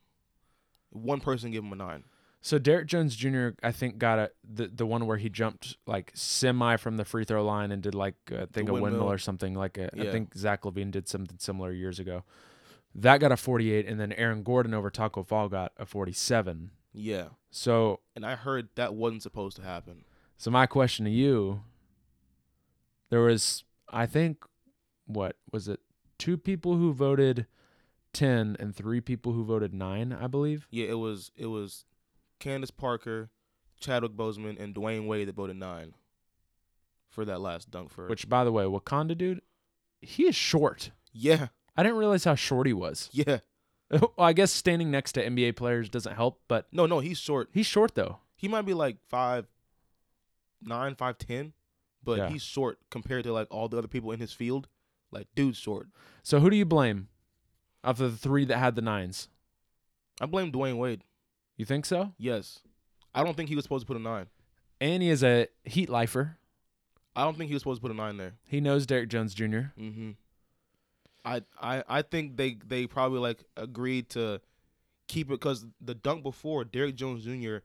[SPEAKER 2] One person give him a nine.
[SPEAKER 1] So Derek Jones Jr. I think got a the, the one where he jumped like semi from the free throw line and did like I think a windmill
[SPEAKER 2] windmill.
[SPEAKER 1] or something like a, I
[SPEAKER 2] Yeah.
[SPEAKER 1] think Zach Levine did something similar years ago. That got a 48, and then Aaron Gordon over Taco Fall got a 47.
[SPEAKER 2] Yeah,
[SPEAKER 1] So
[SPEAKER 2] and I heard that wasn't supposed to happen.
[SPEAKER 1] so my question to you, there was I think what was it two people who voted 10 and three people who voted 9 I believe.
[SPEAKER 2] Yeah, it was it was Candace Parker, Chadwick Boseman, and Dwayne Wade that voted nine for that last dunk for
[SPEAKER 1] Which by the way, Wakanda dude, he is short.
[SPEAKER 2] yeah
[SPEAKER 1] I didn't realize how short he was. (laughs)
[SPEAKER 2] yeah
[SPEAKER 1] well, I guess standing next to NBA players doesn't help, but
[SPEAKER 2] no no he's short
[SPEAKER 1] he's short though.
[SPEAKER 2] he might be like five nine five ten but
[SPEAKER 1] Yeah.
[SPEAKER 2] he's short compared to like all the other people in his field like dude's short
[SPEAKER 1] So who do you blame? Of the three that had the nines,
[SPEAKER 2] I blame Dwayne Wade
[SPEAKER 1] you think so?
[SPEAKER 2] yes I don't think he was supposed to put a nine
[SPEAKER 1] And he is a Heat lifer.
[SPEAKER 2] I don't think he was supposed to put a nine there
[SPEAKER 1] He knows Derek Jones Jr.
[SPEAKER 2] Mm-hmm. I I I think they they probably like agreed to keep it because the dunk before Derrick Jones Jr.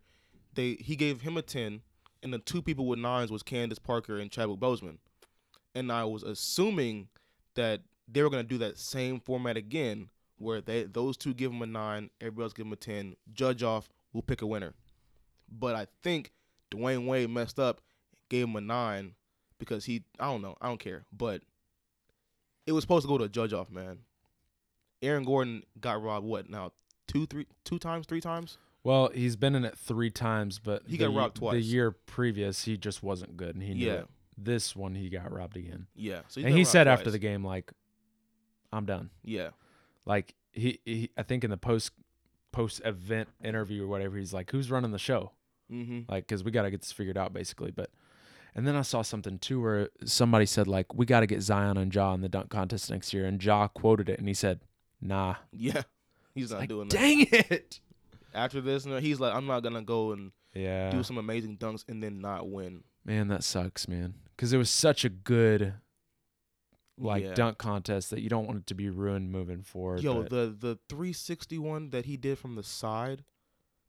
[SPEAKER 2] They he gave him a ten, and the two people with nines was Candace Parker and Chadwick Boseman, and I was assuming that they were gonna do that same format again, where they those two give him a nine, everybody else give him a ten, judge off, we'll pick a winner. But I think Dwayne Wade messed up, gave him a nine because he I don't know I don't care, but it was supposed to go to a judge off, man. Aaron Gordon got robbed what now? Two three two times, three times?
[SPEAKER 1] Well, he's been in it three times, but
[SPEAKER 2] He
[SPEAKER 1] the
[SPEAKER 2] got
[SPEAKER 1] ye-
[SPEAKER 2] robbed
[SPEAKER 1] The
[SPEAKER 2] twice.
[SPEAKER 1] year previous, he just wasn't good, and he knew
[SPEAKER 2] Yeah.
[SPEAKER 1] it. This one, he got robbed again,
[SPEAKER 2] Yeah. So
[SPEAKER 1] and he said after the game, like, "I'm done."
[SPEAKER 2] Yeah.
[SPEAKER 1] Like he, he I think in the post post event interview or whatever, he's like, "Who's running the show?"
[SPEAKER 2] Mm-hmm.
[SPEAKER 1] like because we got to get this figured out basically but and then i saw something too where somebody said like we got to get zion and ja in the dunk contest next year and ja quoted it and he said nah
[SPEAKER 2] Yeah. (laughs) He's not
[SPEAKER 1] like,
[SPEAKER 2] doing that.
[SPEAKER 1] dang it
[SPEAKER 2] After this, no, he's like, I'm not gonna go and
[SPEAKER 1] yeah
[SPEAKER 2] do some amazing dunks and then not win.
[SPEAKER 1] man that sucks man because it was such a good like
[SPEAKER 2] Yeah.
[SPEAKER 1] dunk contest that you don't want it to be ruined moving forward
[SPEAKER 2] Yo,
[SPEAKER 1] but-
[SPEAKER 2] the the 361 that he did from the side,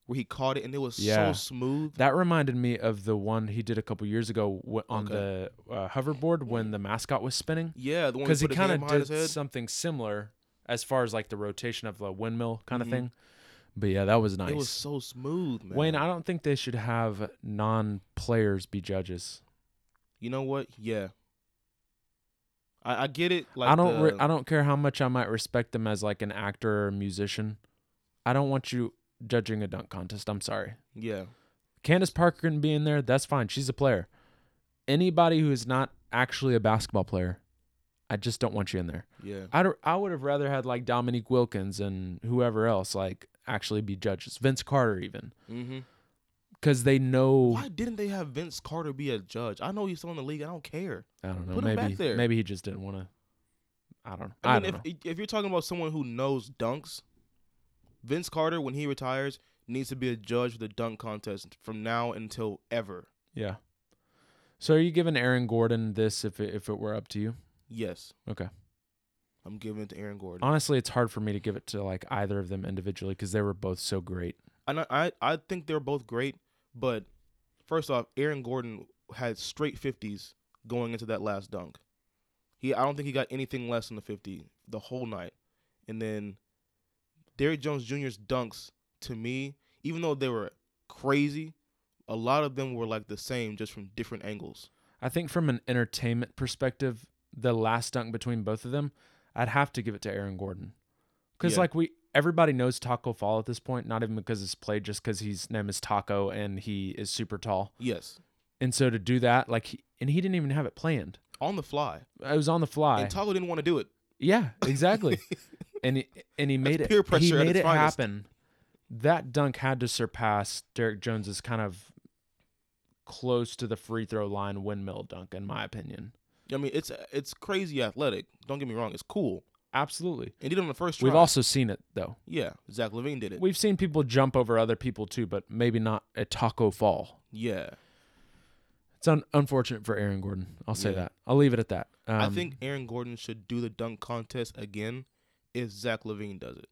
[SPEAKER 2] where he caught it and it was
[SPEAKER 1] Yeah.
[SPEAKER 2] so smooth.
[SPEAKER 1] that reminded me of the one he did a couple years ago w- on
[SPEAKER 2] Okay.
[SPEAKER 1] the uh, hoverboard when the mascot was spinning
[SPEAKER 2] Yeah, the one
[SPEAKER 1] because
[SPEAKER 2] because
[SPEAKER 1] he
[SPEAKER 2] kind of
[SPEAKER 1] did
[SPEAKER 2] his head.
[SPEAKER 1] something similar as far as like the rotation of the windmill kind
[SPEAKER 2] Mhm.
[SPEAKER 1] of thing. But yeah, that was nice.
[SPEAKER 2] It was so smooth, man.
[SPEAKER 1] Wayne, I don't think they should have non-players be judges.
[SPEAKER 2] you know what? Yeah. I, I get it. Like
[SPEAKER 1] I don't.
[SPEAKER 2] The,
[SPEAKER 1] re- I don't care how much I might respect them as like an actor or a musician. I don't want you judging a dunk contest. I'm sorry.
[SPEAKER 2] Yeah.
[SPEAKER 1] Candace Parker can be in there. That's fine. She's a player. Anybody who is not actually a basketball player, I just don't want you in there.
[SPEAKER 2] Yeah.
[SPEAKER 1] I'd, I would have rather had like Dominique Wilkins and whoever else like actually be judges, Vince Carter even,
[SPEAKER 2] Mm-hmm.
[SPEAKER 1] because they know.
[SPEAKER 2] Why didn't they have Vince Carter be a judge? I know he's still in the league. I don't care.
[SPEAKER 1] I don't know.
[SPEAKER 2] Put him
[SPEAKER 1] maybe
[SPEAKER 2] back there.
[SPEAKER 1] maybe he just didn't want to. I don't. know. I,
[SPEAKER 2] I, mean,
[SPEAKER 1] don't
[SPEAKER 2] if
[SPEAKER 1] know.
[SPEAKER 2] if you're talking about someone who knows dunks, Vince Carter when he retires needs to be a judge for the dunk contest from now until ever.
[SPEAKER 1] yeah. So are you giving Aaron Gordon this if it, if it were up to you?
[SPEAKER 2] Yes,
[SPEAKER 1] Okay.
[SPEAKER 2] I'm giving it to Aaron Gordon.
[SPEAKER 1] Honestly, it's hard for me to give it to like either of them individually because they were both so great.
[SPEAKER 2] And I I, I think they're both great, but first off, Aaron Gordon had straight 50s going into that last dunk. He I don't think he got anything less than the 50 the whole night. And then Derrick Jones Jr.'s dunks to me, even though they were crazy, a lot of them were like the same just from different angles.
[SPEAKER 1] I think from an entertainment perspective, the last dunk between both of them, I'd have to give it to Aaron Gordon. Because
[SPEAKER 2] Yeah.
[SPEAKER 1] like we everybody knows Taco Fall at this point, not even because his play, just because his name is Taco and he is super tall.
[SPEAKER 2] Yes.
[SPEAKER 1] And so to do that, like he, and he didn't even have it planned.
[SPEAKER 2] On the fly.
[SPEAKER 1] It was on the fly.
[SPEAKER 2] And Tyler didn't want to do it.
[SPEAKER 1] (laughs) yeah, exactly. and he, and he made
[SPEAKER 2] peer
[SPEAKER 1] it he
[SPEAKER 2] pressure at
[SPEAKER 1] made
[SPEAKER 2] its
[SPEAKER 1] it
[SPEAKER 2] finest.
[SPEAKER 1] happen. That dunk had to surpass Derek Jones's kind of close to the free throw line windmill dunk, in my opinion.
[SPEAKER 2] I mean, it's it's crazy athletic. Don't get me wrong, it's cool.
[SPEAKER 1] Absolutely.
[SPEAKER 2] And he did it on the first try.
[SPEAKER 1] We've also seen it though.
[SPEAKER 2] yeah, Zach Levine did it.
[SPEAKER 1] We've seen people jump over other people too, but maybe not a taco fall.
[SPEAKER 2] yeah.
[SPEAKER 1] It's un- unfortunate for Aaron Gordon. I'll say
[SPEAKER 2] Yeah.
[SPEAKER 1] that. I'll leave it at that. Um,
[SPEAKER 2] I think Aaron Gordon should do the dunk contest again if Zach Levine does it.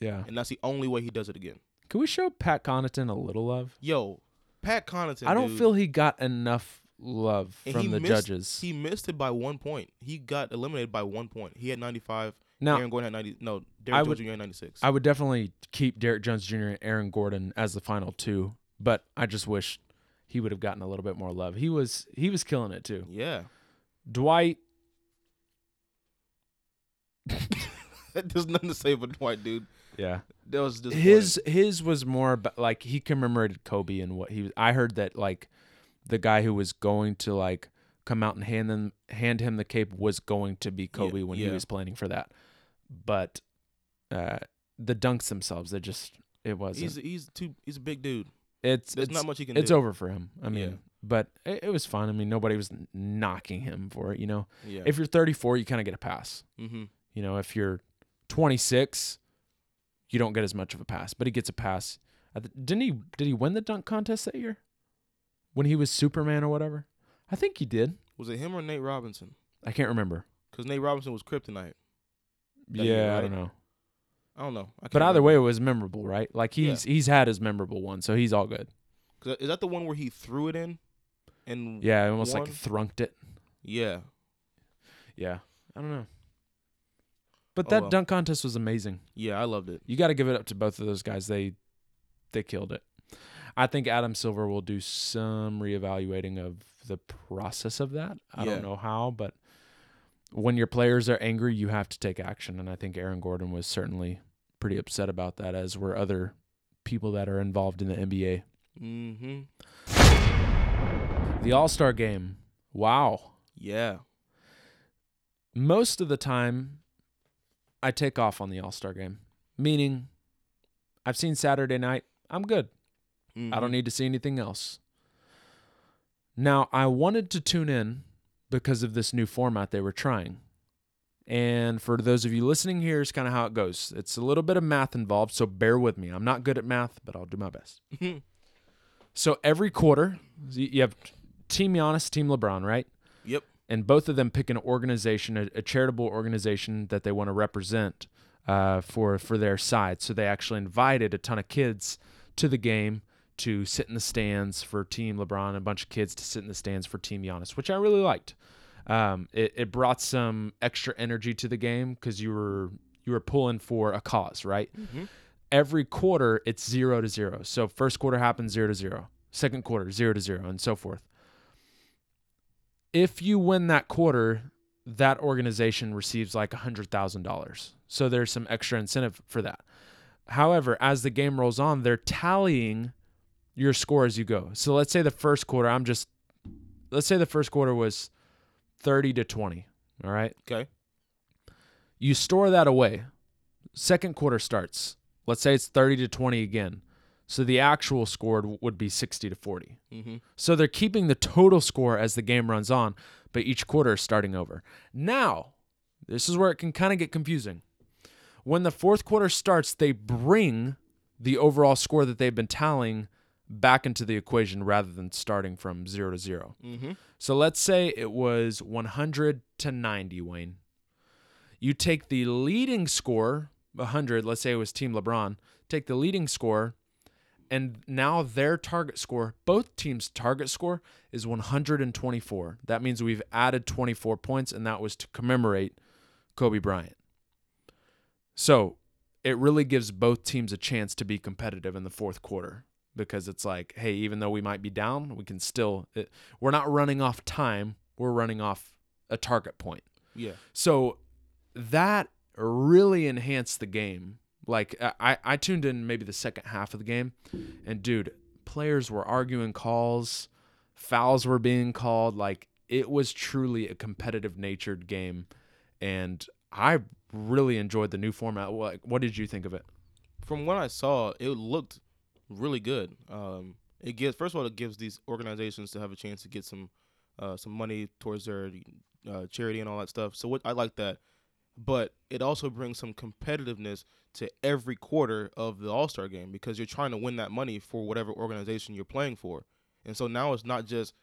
[SPEAKER 1] Yeah.
[SPEAKER 2] And that's the only way he does it again.
[SPEAKER 1] Can we show Pat Connaughton a little love?
[SPEAKER 2] Yo, Pat Connaughton.
[SPEAKER 1] I don't
[SPEAKER 2] dude,
[SPEAKER 1] feel he got enough love
[SPEAKER 2] And
[SPEAKER 1] from
[SPEAKER 2] he
[SPEAKER 1] the
[SPEAKER 2] missed-
[SPEAKER 1] judges.
[SPEAKER 2] he missed it by one point. He got eliminated by one point. He had 95.
[SPEAKER 1] now,
[SPEAKER 2] Aaron Gordon had 90. No,
[SPEAKER 1] I
[SPEAKER 2] Derrick Jones
[SPEAKER 1] would-
[SPEAKER 2] Jr. had 96.
[SPEAKER 1] I would definitely keep Derek Jones Jr. and Aaron Gordon as the final two, but I just wish he would have gotten a little bit more love. He was he was killing it too.
[SPEAKER 2] yeah. (laughs)
[SPEAKER 1] Dwight,
[SPEAKER 2] There's nothing to say but Dwight, dude.
[SPEAKER 1] yeah,
[SPEAKER 2] That was just
[SPEAKER 1] his his was more about, like he commemorated Kobe and what he was. I heard that like the guy who was going to like come out and hand them hand him the cape was going to be Kobe when he
[SPEAKER 2] yeah.
[SPEAKER 1] was planning for that, but uh, the dunks themselves, they just it wasn't.
[SPEAKER 2] He's he's too he's a big dude.
[SPEAKER 1] it's
[SPEAKER 2] There's
[SPEAKER 1] it's,
[SPEAKER 2] not much he can
[SPEAKER 1] it's
[SPEAKER 2] do.
[SPEAKER 1] over for him. I mean,
[SPEAKER 2] Yeah.
[SPEAKER 1] but it, it was fun. I mean, nobody was n- knocking him for it. You know,
[SPEAKER 2] Yeah.
[SPEAKER 1] if you're 34, you kind of get a pass.
[SPEAKER 2] mm-hmm.
[SPEAKER 1] You know, if you're 26, you don't get as much of a pass. But he gets a pass. I th- Didn't he? Did he win the dunk contest that year when he was Superman or whatever? I think he did.
[SPEAKER 2] Was it him or Nate Robinson?
[SPEAKER 1] I can't remember.
[SPEAKER 2] Because Nate Robinson was Kryptonite. That
[SPEAKER 1] yeah,
[SPEAKER 2] year,
[SPEAKER 1] I
[SPEAKER 2] right?
[SPEAKER 1] don't know.
[SPEAKER 2] I don't know. I can't
[SPEAKER 1] But either
[SPEAKER 2] remember.
[SPEAKER 1] way, it was memorable, right? Like he's he's had his memorable one, so he's all good.
[SPEAKER 2] 'Cause is that the one where he threw it in? And yeah,
[SPEAKER 1] Yeah, almost like
[SPEAKER 2] One.
[SPEAKER 1] thrunked it.
[SPEAKER 2] yeah,
[SPEAKER 1] Yeah, I don't know. But
[SPEAKER 2] Oh,
[SPEAKER 1] that
[SPEAKER 2] well.
[SPEAKER 1] dunk contest was amazing.
[SPEAKER 2] I loved it.
[SPEAKER 1] You got to give it up to both of those guys. They they killed it. I think Adam Silver will do some reevaluating of the process of that. I
[SPEAKER 2] Yeah.
[SPEAKER 1] don't know how, but when your players are angry, you have to take action, and I think Aaron Gordon was certainly pretty upset about that as were other people that are involved in the NBA.
[SPEAKER 2] Mm-hmm.
[SPEAKER 1] The All-Star game. Wow.
[SPEAKER 2] Yeah,
[SPEAKER 1] most of the time I take off on the All-Star game. Meaning I've seen Saturday night, I'm good. I
[SPEAKER 2] (laughs)
[SPEAKER 1] don't
[SPEAKER 2] Mhm.
[SPEAKER 1] need to see anything else. Now, I wanted to tune in because of this new format they were trying. And for those of you listening, here's kind of how it goes. It's a little bit of math involved, so bear with me. I'm not good at math, but I'll do my best. so every quarter, you you have Team Giannis, Team LeBron, right?
[SPEAKER 2] Yep.
[SPEAKER 1] and both of them pick an organization, a, a charitable organization that they want to represent uh, for for their side. So they actually invited a ton of kids to the game to sit in the stands for Team LeBron, and a bunch of kids to sit in the stands for Team Giannis, which I really liked. Um, it, it brought some extra energy to the game because you were you were pulling for a cause, right? Every quarter it's zero to zero. So first quarter happens zero to zero. Second quarter zero to zero, and so forth if you win that quarter, that organization receives like $100,000. So there's some extra incentive for that. However, as the game rolls on, they're tallying your score as you go. So let's say the first quarter, I'm just, let's say the first quarter was 30 to 20. All right.
[SPEAKER 2] Okay.
[SPEAKER 1] You store that away. Second quarter starts. Let's say it's 30 to 20 again. So the actual score would be 60 to 40.
[SPEAKER 2] Mm-hmm.
[SPEAKER 1] So they're keeping the total score as the game runs on, but each quarter is starting over. Now, this is where it can kind of get confusing. When the fourth quarter starts, they bring the overall score that they've been tallying back into the equation rather than starting from zero to zero.
[SPEAKER 2] Mm-hmm.
[SPEAKER 1] So let's say it was 100 to 90, Wayne. You take the leading score, 100, let's say it was Team LeBron, take the leading score, and now their target score, both teams' target score is 124. That means we've added 24 points, and that was to commemorate Kobe Bryant. So it really gives both teams a chance to be competitive in the fourth quarter because it's like, hey, even though we might be down, we can still, it, we're not running off time, we're running off a target point.
[SPEAKER 2] Yeah.
[SPEAKER 1] So that really enhanced the game. Like I- I, I tuned in maybe the second half of the game, and dude, players were arguing calls, fouls were being called. Like it was truly a competitive natured game, and I really enjoyed the new format. What what did you think of it?
[SPEAKER 2] From what I saw, it looked really good. Um, it gives first of all, it gives these organizations to have a chance to get some uh, some money towards their uh, charity and all that stuff. So what I like that, but it also brings some competitiveness to every quarter of the All Star game because you're trying to win that money for whatever organization you're playing for. And so now it's not just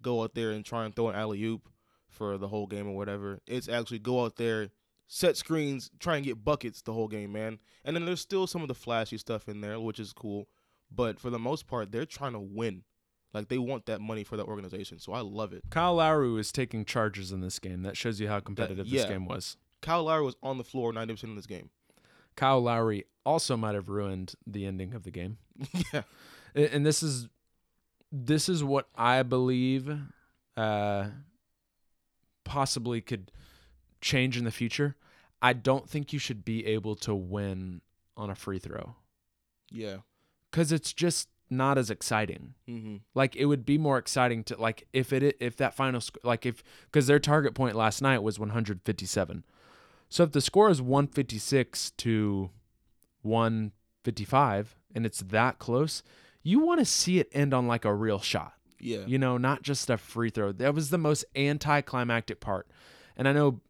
[SPEAKER 2] go out there and try and throw an alley oop for the whole game or whatever. It's actually go out there, set screens, try and get buckets the whole game, man. And then there's still some of the flashy stuff in there, which is cool. But for the most part, they're trying to win. Like they want that money for the organization. So I love it.
[SPEAKER 1] Kyle Lowry is taking charges in this game. That shows you how competitive
[SPEAKER 2] yeah.
[SPEAKER 1] this game was.
[SPEAKER 2] Kyle Lowry was on the floor 90% of this game.
[SPEAKER 1] Kyle Lowry also might have ruined the ending of the game.
[SPEAKER 2] yeah.
[SPEAKER 1] A- and this is this is what I believe uh, possibly could change in the future. I don't think you should be able to win on a free throw
[SPEAKER 2] Yeah.
[SPEAKER 1] because it's just not as exciting.
[SPEAKER 2] hmm
[SPEAKER 1] Like it would be more exciting to like if it if that final sc- like if because their target point last night was 157. So if the score is 156 to 155 and it's that close, you want to see it end on like a real shot.
[SPEAKER 2] Yeah.
[SPEAKER 1] You know, not just a free throw. That was the most anticlimactic part. And I know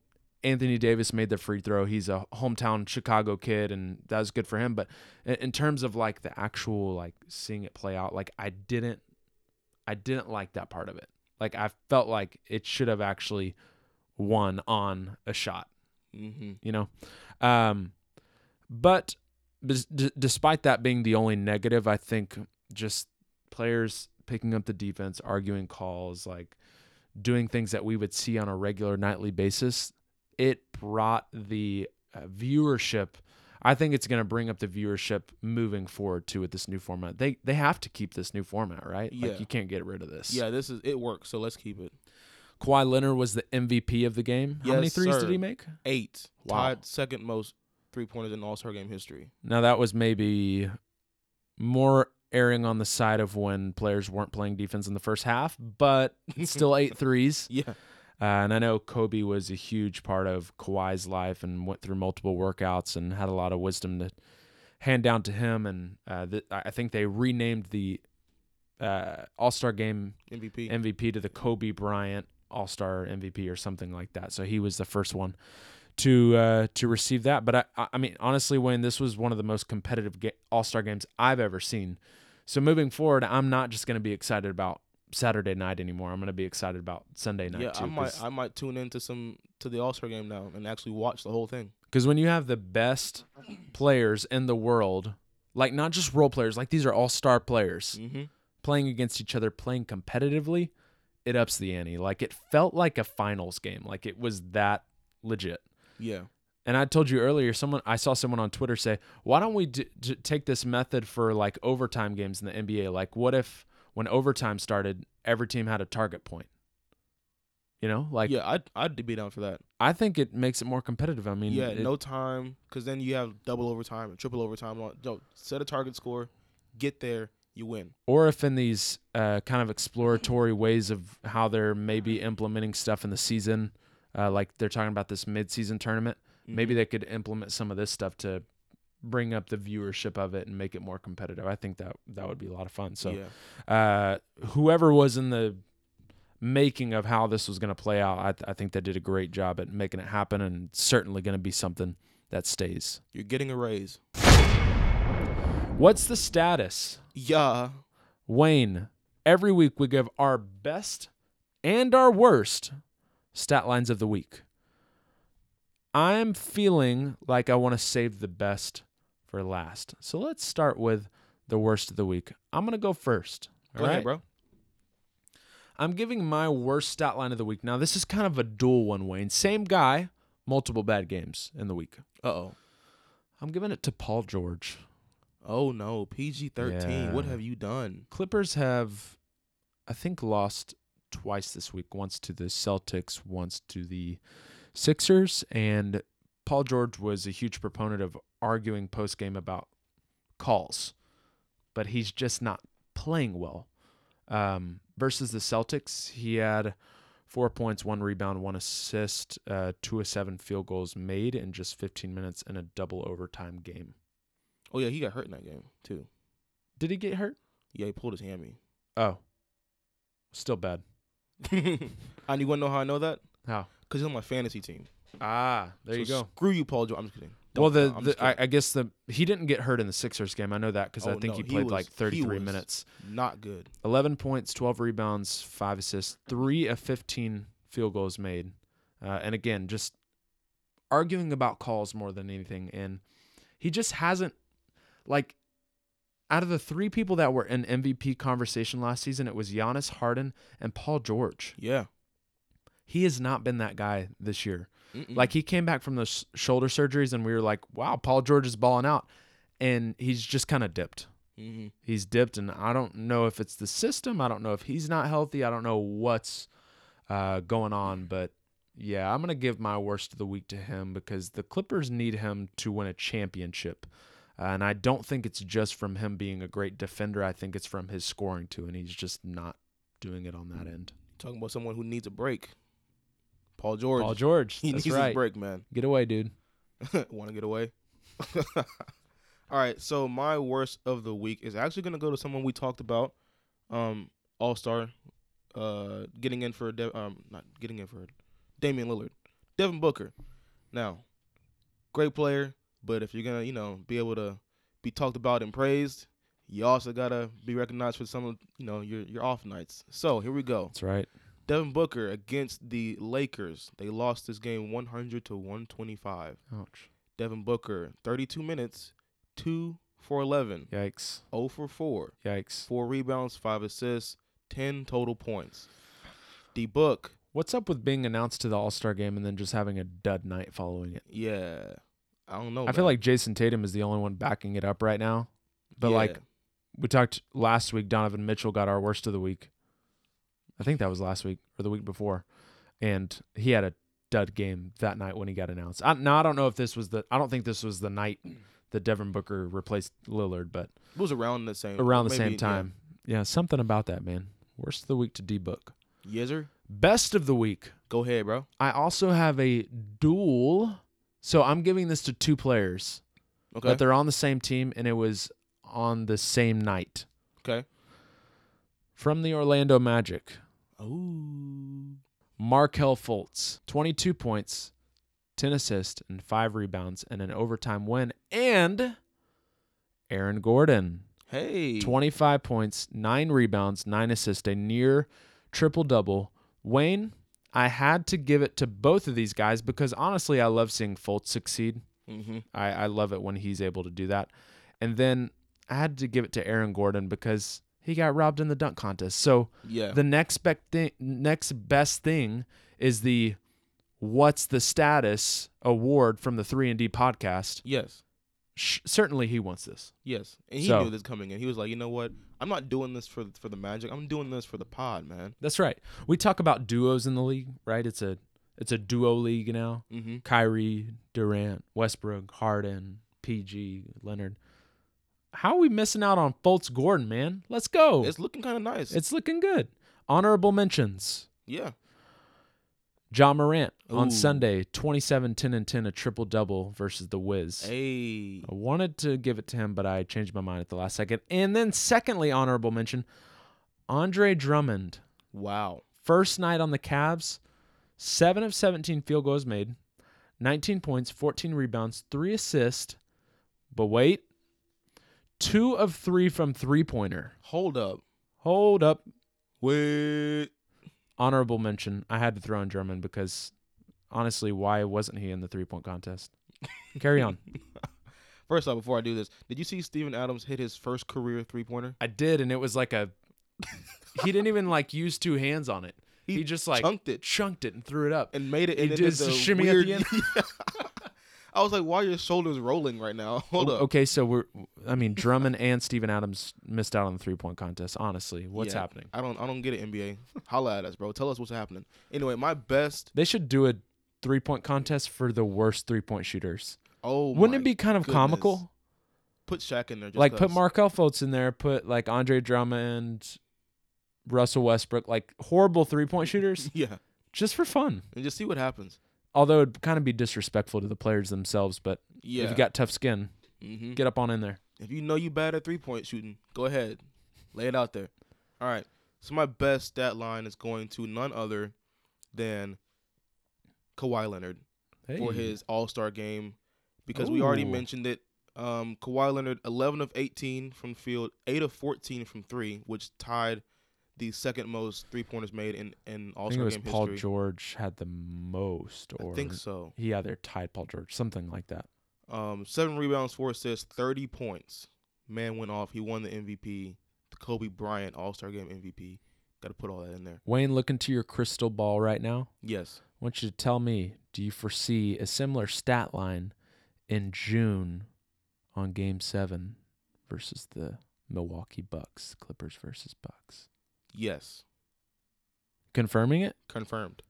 [SPEAKER 1] Anthony Davis made the free throw. He's a hometown Chicago kid, and that was good for him. But in, in terms of like the actual like seeing it play out, like I didn't, I didn't like that part of it. Like I felt like it should have actually won on a shot
[SPEAKER 2] hmm
[SPEAKER 1] you know um but bes- d- despite that being the only negative i think just players picking up the defense arguing calls like doing things that we would see on a regular nightly basis it brought the uh, viewership i think it's going to bring up the viewership moving forward too with this new format they they have to keep this new format right
[SPEAKER 2] Yeah.
[SPEAKER 1] like you can't get rid of this
[SPEAKER 2] Yeah, this is it works, so let's keep it.
[SPEAKER 1] Kawhi Leonard was the MVP of the game. How many
[SPEAKER 2] Yes,
[SPEAKER 1] threes
[SPEAKER 2] sir.
[SPEAKER 1] did he make?
[SPEAKER 2] Eight.
[SPEAKER 1] Wow.
[SPEAKER 2] Tied second most three pointers in all star game history.
[SPEAKER 1] Now that was maybe more erring on the side of when players weren't playing defense in the first half, but still eight threes.
[SPEAKER 2] (laughs) Yeah.
[SPEAKER 1] Uh, and I know Kobe was a huge part of Kawhi's life and went through multiple workouts and had a lot of wisdom to hand down to him. And uh, th- I I think they renamed the uh, All Star Game
[SPEAKER 2] MVP.
[SPEAKER 1] MVP to the Kobe Bryant All Star MVP or something like that. So he was the first one to uh, to receive that. But I- I, I mean, honestly, Wayne, this was one of the most competitive ga- All Star games I've ever seen. So moving forward, I'm not just going to be excited about Saturday night anymore. I'm going to be excited about Sunday night
[SPEAKER 2] yeah,
[SPEAKER 1] too.
[SPEAKER 2] I might
[SPEAKER 1] 'cause-
[SPEAKER 2] I might tune into some to the All Star game now and actually watch the whole thing.
[SPEAKER 1] Because when you have the best players in the world, like not just role players, like these are all star players
[SPEAKER 2] Mm-hmm.
[SPEAKER 1] playing against each other, playing competitively, it ups the ante. Like it felt like a finals game. Like it was that legit.
[SPEAKER 2] Yeah.
[SPEAKER 1] And I told you earlier, someone I saw someone on Twitter say, "Why don't we d- d- take this method for like overtime games in the NBA? Like, what if when overtime started, every team had a target point? You know, like
[SPEAKER 2] yeah, I'd I'd be down for that.
[SPEAKER 1] I think it makes it more competitive. I mean,
[SPEAKER 2] yeah,
[SPEAKER 1] it-
[SPEAKER 2] no time, because then you have double overtime and triple overtime. and all- No, set a target score, get there, you win.
[SPEAKER 1] or if in these uh, kind of exploratory ways of how they're maybe implementing stuff in the season, uh, like they're talking about this mid-season tournament,
[SPEAKER 2] Mm-hmm.
[SPEAKER 1] maybe they could implement some of this stuff to bring up the viewership of it and make it more competitive. I think that that would be a lot of fun. So,
[SPEAKER 2] yeah,
[SPEAKER 1] uh, whoever was in the making of how this was going to play out, I, th- I think they did a great job at making it happen, and it's certainly going to be something that stays.
[SPEAKER 2] you're getting a raise.
[SPEAKER 1] What's the status?
[SPEAKER 2] Yeah,
[SPEAKER 1] Wayne, every week we give our best and our worst stat lines of the week. I'm feeling like I want to save the best for last. So let's start with the worst of the week. I'm going to go first.
[SPEAKER 2] go
[SPEAKER 1] all
[SPEAKER 2] ahead,
[SPEAKER 1] right?
[SPEAKER 2] bro.
[SPEAKER 1] I'm giving my worst stat line of the week. Now, this is kind of a dual one, Wayne. Same guy, multiple bad games in the week.
[SPEAKER 2] Uh oh.
[SPEAKER 1] I'm giving it to Paul George.
[SPEAKER 2] Oh no, PG thirteen. What
[SPEAKER 1] Yeah.
[SPEAKER 2] have you done?
[SPEAKER 1] Clippers have, I think, lost twice this week. Once to the Celtics, once to the Sixers. And Paul George was a huge proponent of arguing post game about calls, but he's just not playing well. Um, versus the Celtics, he had four points, one rebound, one assist, uh, two of seven field goals made in just 15 minutes in a double overtime game.
[SPEAKER 2] Oh yeah, he got hurt in that game too.
[SPEAKER 1] Did he get hurt?
[SPEAKER 2] Yeah, he pulled his hammy.
[SPEAKER 1] Oh, still bad.
[SPEAKER 2] and you wanna know how I know that?
[SPEAKER 1] How?
[SPEAKER 2] Cause he's on my fantasy team.
[SPEAKER 1] Ah, there
[SPEAKER 2] So
[SPEAKER 1] you go.
[SPEAKER 2] Screw you, Paul George. I'm just kidding.
[SPEAKER 1] well,
[SPEAKER 2] Don't
[SPEAKER 1] the,
[SPEAKER 2] know. I'm just
[SPEAKER 1] the I,
[SPEAKER 2] kidding.
[SPEAKER 1] I guess the he didn't get hurt in the Sixers game. I know that because I
[SPEAKER 2] Oh,
[SPEAKER 1] think
[SPEAKER 2] no,
[SPEAKER 1] he
[SPEAKER 2] he
[SPEAKER 1] played
[SPEAKER 2] was-
[SPEAKER 1] like
[SPEAKER 2] he
[SPEAKER 1] 33
[SPEAKER 2] was-
[SPEAKER 1] minutes.
[SPEAKER 2] not good.
[SPEAKER 1] 11 points, 12 rebounds, 5 assists, 3 of 15 field goals made. Uh, and again, just arguing about calls more than anything. And he just hasn't, like, out of the three people that were in MVP conversation last season, it was Giannis, Harden, and Paul George.
[SPEAKER 2] Yeah.
[SPEAKER 1] He has not been that guy this year.
[SPEAKER 2] Mm-mm.
[SPEAKER 1] Like, he came back from those shoulder surgeries, and we were like, wow, Paul George is balling out. And he's just kind of dipped
[SPEAKER 2] Mhm.
[SPEAKER 1] he's dipped and i don't know if it's the system i don't know if he's not healthy i don't know what's uh, going on but yeah i'm going to give my worst of the week to him because the clippers need him to win a championship Uh, and i don't think it's just from him being a great defender i think it's from his scoring too and he's just not doing it on that end
[SPEAKER 2] talking about someone who needs a break. Paul George.
[SPEAKER 1] paul george
[SPEAKER 2] (laughs) he
[SPEAKER 1] that's
[SPEAKER 2] needs
[SPEAKER 1] right
[SPEAKER 2] his break, man.
[SPEAKER 1] get away dude
[SPEAKER 2] Want to get away? (laughs) All right. So my worst of the week is actually going to go to someone we talked about, um, All Star, uh, getting in for De- um, not getting in for Damian Lillard, Devin Booker. Now, great player, but if you're gonna, you know, be able to be talked about and praised, you also gotta be recognized for some of, you know, your your off nights. So here we go.
[SPEAKER 1] that's right
[SPEAKER 2] Devin Booker against the Lakers. They lost this game 100 to 125.
[SPEAKER 1] ouch
[SPEAKER 2] Devin Booker, 32 minutes, 2 for 11,
[SPEAKER 1] yikes
[SPEAKER 2] 0 for 4,
[SPEAKER 1] yikes
[SPEAKER 2] 4 rebounds, 5 assists, 10 total points. The book,
[SPEAKER 1] what's up with being announced to the all-star game and then just having a dud night following it
[SPEAKER 2] yeah. I don't know.
[SPEAKER 1] I feel
[SPEAKER 2] Oh, man.
[SPEAKER 1] like Jason Tatum is the only one backing it up right now. But
[SPEAKER 2] Yeah.
[SPEAKER 1] like we talked last week, Donovan Mitchell got our worst of the week. I think that was last week or the week before, and he had a dud game that night when he got announced. I, now I don't know if this was the. I don't think this was the night that Devin Booker replaced Lillard, but
[SPEAKER 2] it was around the same
[SPEAKER 1] around the
[SPEAKER 2] maybe-
[SPEAKER 1] same time. Yeah. something about that man. Worst of the week to D Book.
[SPEAKER 2] Yeah. Yes, sir.
[SPEAKER 1] Best of the week.
[SPEAKER 2] Go ahead, bro.
[SPEAKER 1] I also have a duel. So I'm giving this to two players
[SPEAKER 2] Okay.
[SPEAKER 1] but they're on the same team and it was on the same night
[SPEAKER 2] okay.
[SPEAKER 1] from the Orlando Magic.
[SPEAKER 2] Ooh.
[SPEAKER 1] Markel Fultz, 22 points, 10 assists, and five rebounds, and an overtime win. And Aaron Gordon,
[SPEAKER 2] Hey.
[SPEAKER 1] 25 points, nine rebounds, nine assists, a near triple double. Wayne, I had to give it to both of these guys because honestly, I love seeing Fultz succeed.
[SPEAKER 2] Mm-hmm.
[SPEAKER 1] I, I love it when he's able to do that. And then I had to give it to Aaron Gordon because he got robbed in the dunk contest. So
[SPEAKER 2] Yeah.
[SPEAKER 1] the next bec- thi- next best thing is the what's the status award from the 3 and D podcast.
[SPEAKER 2] yes.
[SPEAKER 1] Sh- certainly he wants this.
[SPEAKER 2] Yes, and he
[SPEAKER 1] So-
[SPEAKER 2] knew this coming in. He was like, you know what? I'm not doing this for for the magic. I'm doing this for the pod, man.
[SPEAKER 1] That's right. We talk about duos in the league, right? It's a it's a duo league now.
[SPEAKER 2] Mm-hmm.
[SPEAKER 1] Kyrie, Durant, Westbrook, Harden, PG, Leonard. How are we missing out on Fultz Gordon, man? Let's go.
[SPEAKER 2] It's looking kind of nice.
[SPEAKER 1] It's looking good. Honorable mentions.
[SPEAKER 2] yeah.
[SPEAKER 1] John Morant on
[SPEAKER 2] Ooh.
[SPEAKER 1] Sunday, 27, 10, and 10, a triple double versus the Wiz.
[SPEAKER 2] Hey.
[SPEAKER 1] I wanted to give it to him, but I changed my mind at the last second. And then, secondly, honorable mention Andre Drummond,
[SPEAKER 2] Wow.
[SPEAKER 1] first night on the Cavs, 7 of 17 field goals made, 19 points, 14 rebounds, 3 assists. But wait, 2 of 3 from three pointer.
[SPEAKER 2] Hold up.
[SPEAKER 1] Hold up.
[SPEAKER 2] Wait.
[SPEAKER 1] honorable mention. I had to throw in Drummond because honestly, why wasn't he in the three point contest? Carry on.
[SPEAKER 2] First off, before I do this, did you see Steven Adams hit his first career three pointer?
[SPEAKER 1] (laughs) I did, and it was like a he didn't even like use two hands on it. He,
[SPEAKER 2] He
[SPEAKER 1] just like
[SPEAKER 2] chunked it
[SPEAKER 1] chunked it and threw it up.
[SPEAKER 2] and made it.
[SPEAKER 1] He
[SPEAKER 2] And then
[SPEAKER 1] did
[SPEAKER 2] did the
[SPEAKER 1] a shimmy at
[SPEAKER 2] weird, (laughs)
[SPEAKER 1] the end.
[SPEAKER 2] I was like, why are your shoulders rolling right now? (laughs) Hold up.
[SPEAKER 1] Oh, Okay, so we're I mean Drummond and Steven Adams missed out on the three point contest. Honestly, what's
[SPEAKER 2] Yeah.
[SPEAKER 1] happening?
[SPEAKER 2] I don't. I don't get it. NBA, holla at us, bro. Tell us what's happening. Anyway, my best.
[SPEAKER 1] They should do a three point contest for the worst three point shooters.
[SPEAKER 2] Oh,
[SPEAKER 1] Wouldn't it
[SPEAKER 2] my
[SPEAKER 1] be kind of
[SPEAKER 2] goodness.
[SPEAKER 1] comical?
[SPEAKER 2] Put Shaq in there. Just
[SPEAKER 1] like put
[SPEAKER 2] 'cause.
[SPEAKER 1] Markel Fultz in there, put like Andre Drummond, Russell Westbrook, like horrible three point
[SPEAKER 2] (laughs)
[SPEAKER 1] shooters,
[SPEAKER 2] (laughs) Yeah,
[SPEAKER 1] just for fun.
[SPEAKER 2] and just see what happens.
[SPEAKER 1] Although it'd kind of be disrespectful to the players themselves, but
[SPEAKER 2] Yeah.
[SPEAKER 1] if you got tough skin,
[SPEAKER 2] mm-hmm.
[SPEAKER 1] get up on in there.
[SPEAKER 2] If you know you bad at three point shooting, go ahead. Lay it out there. All right. So my best stat line is going to none other than Kawhi Leonard for his all star game. because we already
[SPEAKER 1] Ooh.
[SPEAKER 2] mentioned it. Um, Kawhi Leonard, 11 of 18 from field, 8 of 14 from three, which tied the second most three pointers made in in
[SPEAKER 1] I
[SPEAKER 2] All
[SPEAKER 1] think it
[SPEAKER 2] Star
[SPEAKER 1] was
[SPEAKER 2] game
[SPEAKER 1] Paul
[SPEAKER 2] history.
[SPEAKER 1] George had the most, or
[SPEAKER 2] I think so.
[SPEAKER 1] he either tied Paul George, something like that.
[SPEAKER 2] Um, seven rebounds, four assists, 30 points. Man went off. He won the MVP, the Kobe Bryant All Star Game MVP. Got to put all that in there.
[SPEAKER 1] Wayne, look into your crystal ball right now.
[SPEAKER 2] Yes.
[SPEAKER 1] I want you to tell me, do you foresee a similar stat line in June on Game Seven versus the Milwaukee Bucks, Clippers versus Bucks?
[SPEAKER 2] Yes.
[SPEAKER 1] Confirming it?
[SPEAKER 2] Confirmed.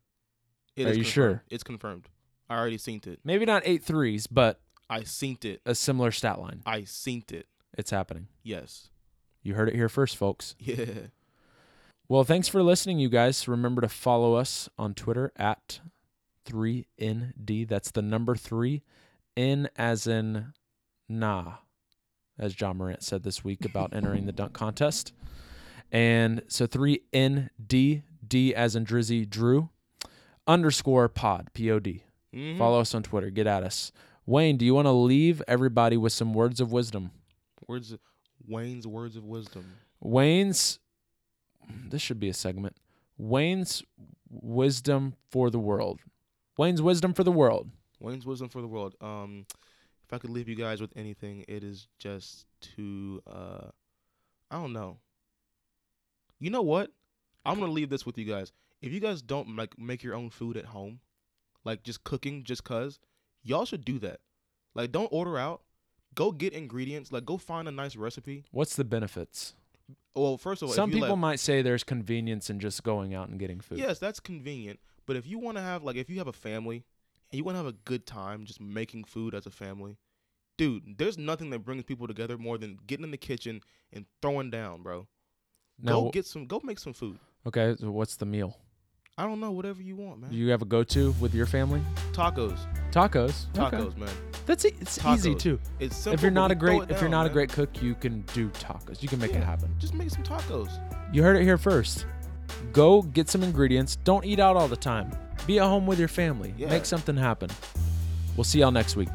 [SPEAKER 1] Are you sure?
[SPEAKER 2] confirmed. It's confirmed. I already seen it.
[SPEAKER 1] Maybe not eight threes, but
[SPEAKER 2] I seen it.
[SPEAKER 1] a similar stat line.
[SPEAKER 2] I seen it.
[SPEAKER 1] It's happening.
[SPEAKER 2] Yes. (laughs)
[SPEAKER 1] You heard it here first, folks.
[SPEAKER 2] Yeah.
[SPEAKER 1] Well, thanks for listening, you guys. Remember to follow us on Twitter at 3ND. That's the number three. N as in nah, as John Morant said this week about entering the dunk contest. And so 3ND, D as in Drizzy Drew, underscore pod, P O D.
[SPEAKER 2] Mhm.
[SPEAKER 1] Follow us on Twitter. Get at us. Wayne, do you want to leave everybody with some words of wisdom?
[SPEAKER 2] Words, Wayne's words of wisdom.
[SPEAKER 1] Wayne's this should be a segment. Wayne's wisdom for the world. Wayne's wisdom for the world.
[SPEAKER 2] Wayne's wisdom for the world. Um, if I could leave you guys with anything, it is just to, uh, I don't know. You know what? I'm gonna leave this with you guys. If you guys don't like make your own food at home, like just cooking, just cause, y'all should do that. Like, don't order out. Go get ingredients. Like, go find a nice recipe.
[SPEAKER 1] What's the benefits?
[SPEAKER 2] Well, first of all,
[SPEAKER 1] Some
[SPEAKER 2] if you
[SPEAKER 1] people
[SPEAKER 2] like,
[SPEAKER 1] might say there's convenience in just going out and getting food.
[SPEAKER 2] Yes, that's convenient. But if you want to have like if you have a family and you want to have a good time just making food as a family, dude, there's nothing that brings people together more than getting in the kitchen and throwing down, bro.
[SPEAKER 1] Now,
[SPEAKER 2] go get some go make some food.
[SPEAKER 1] okay, so what's the meal?
[SPEAKER 2] I don't know, whatever you want, man.
[SPEAKER 1] Do you have a go-to with your family?
[SPEAKER 2] tacos.
[SPEAKER 1] Tacos. Okay.
[SPEAKER 2] Tacos, man.
[SPEAKER 1] That's e- it's easy
[SPEAKER 2] Tacos.
[SPEAKER 1] too.
[SPEAKER 2] It's simple.
[SPEAKER 1] if you're
[SPEAKER 2] but
[SPEAKER 1] not
[SPEAKER 2] we
[SPEAKER 1] a great
[SPEAKER 2] throw it
[SPEAKER 1] if you're
[SPEAKER 2] down,
[SPEAKER 1] not a
[SPEAKER 2] man.
[SPEAKER 1] great cook, you can do tacos. You can make it
[SPEAKER 2] Yeah.
[SPEAKER 1] happen.
[SPEAKER 2] just make some tacos.
[SPEAKER 1] You heard it here first. Go get some ingredients. Don't eat out all the time. Be at home with your family.
[SPEAKER 2] Yeah.
[SPEAKER 1] Make something happen. We'll see y'all next week.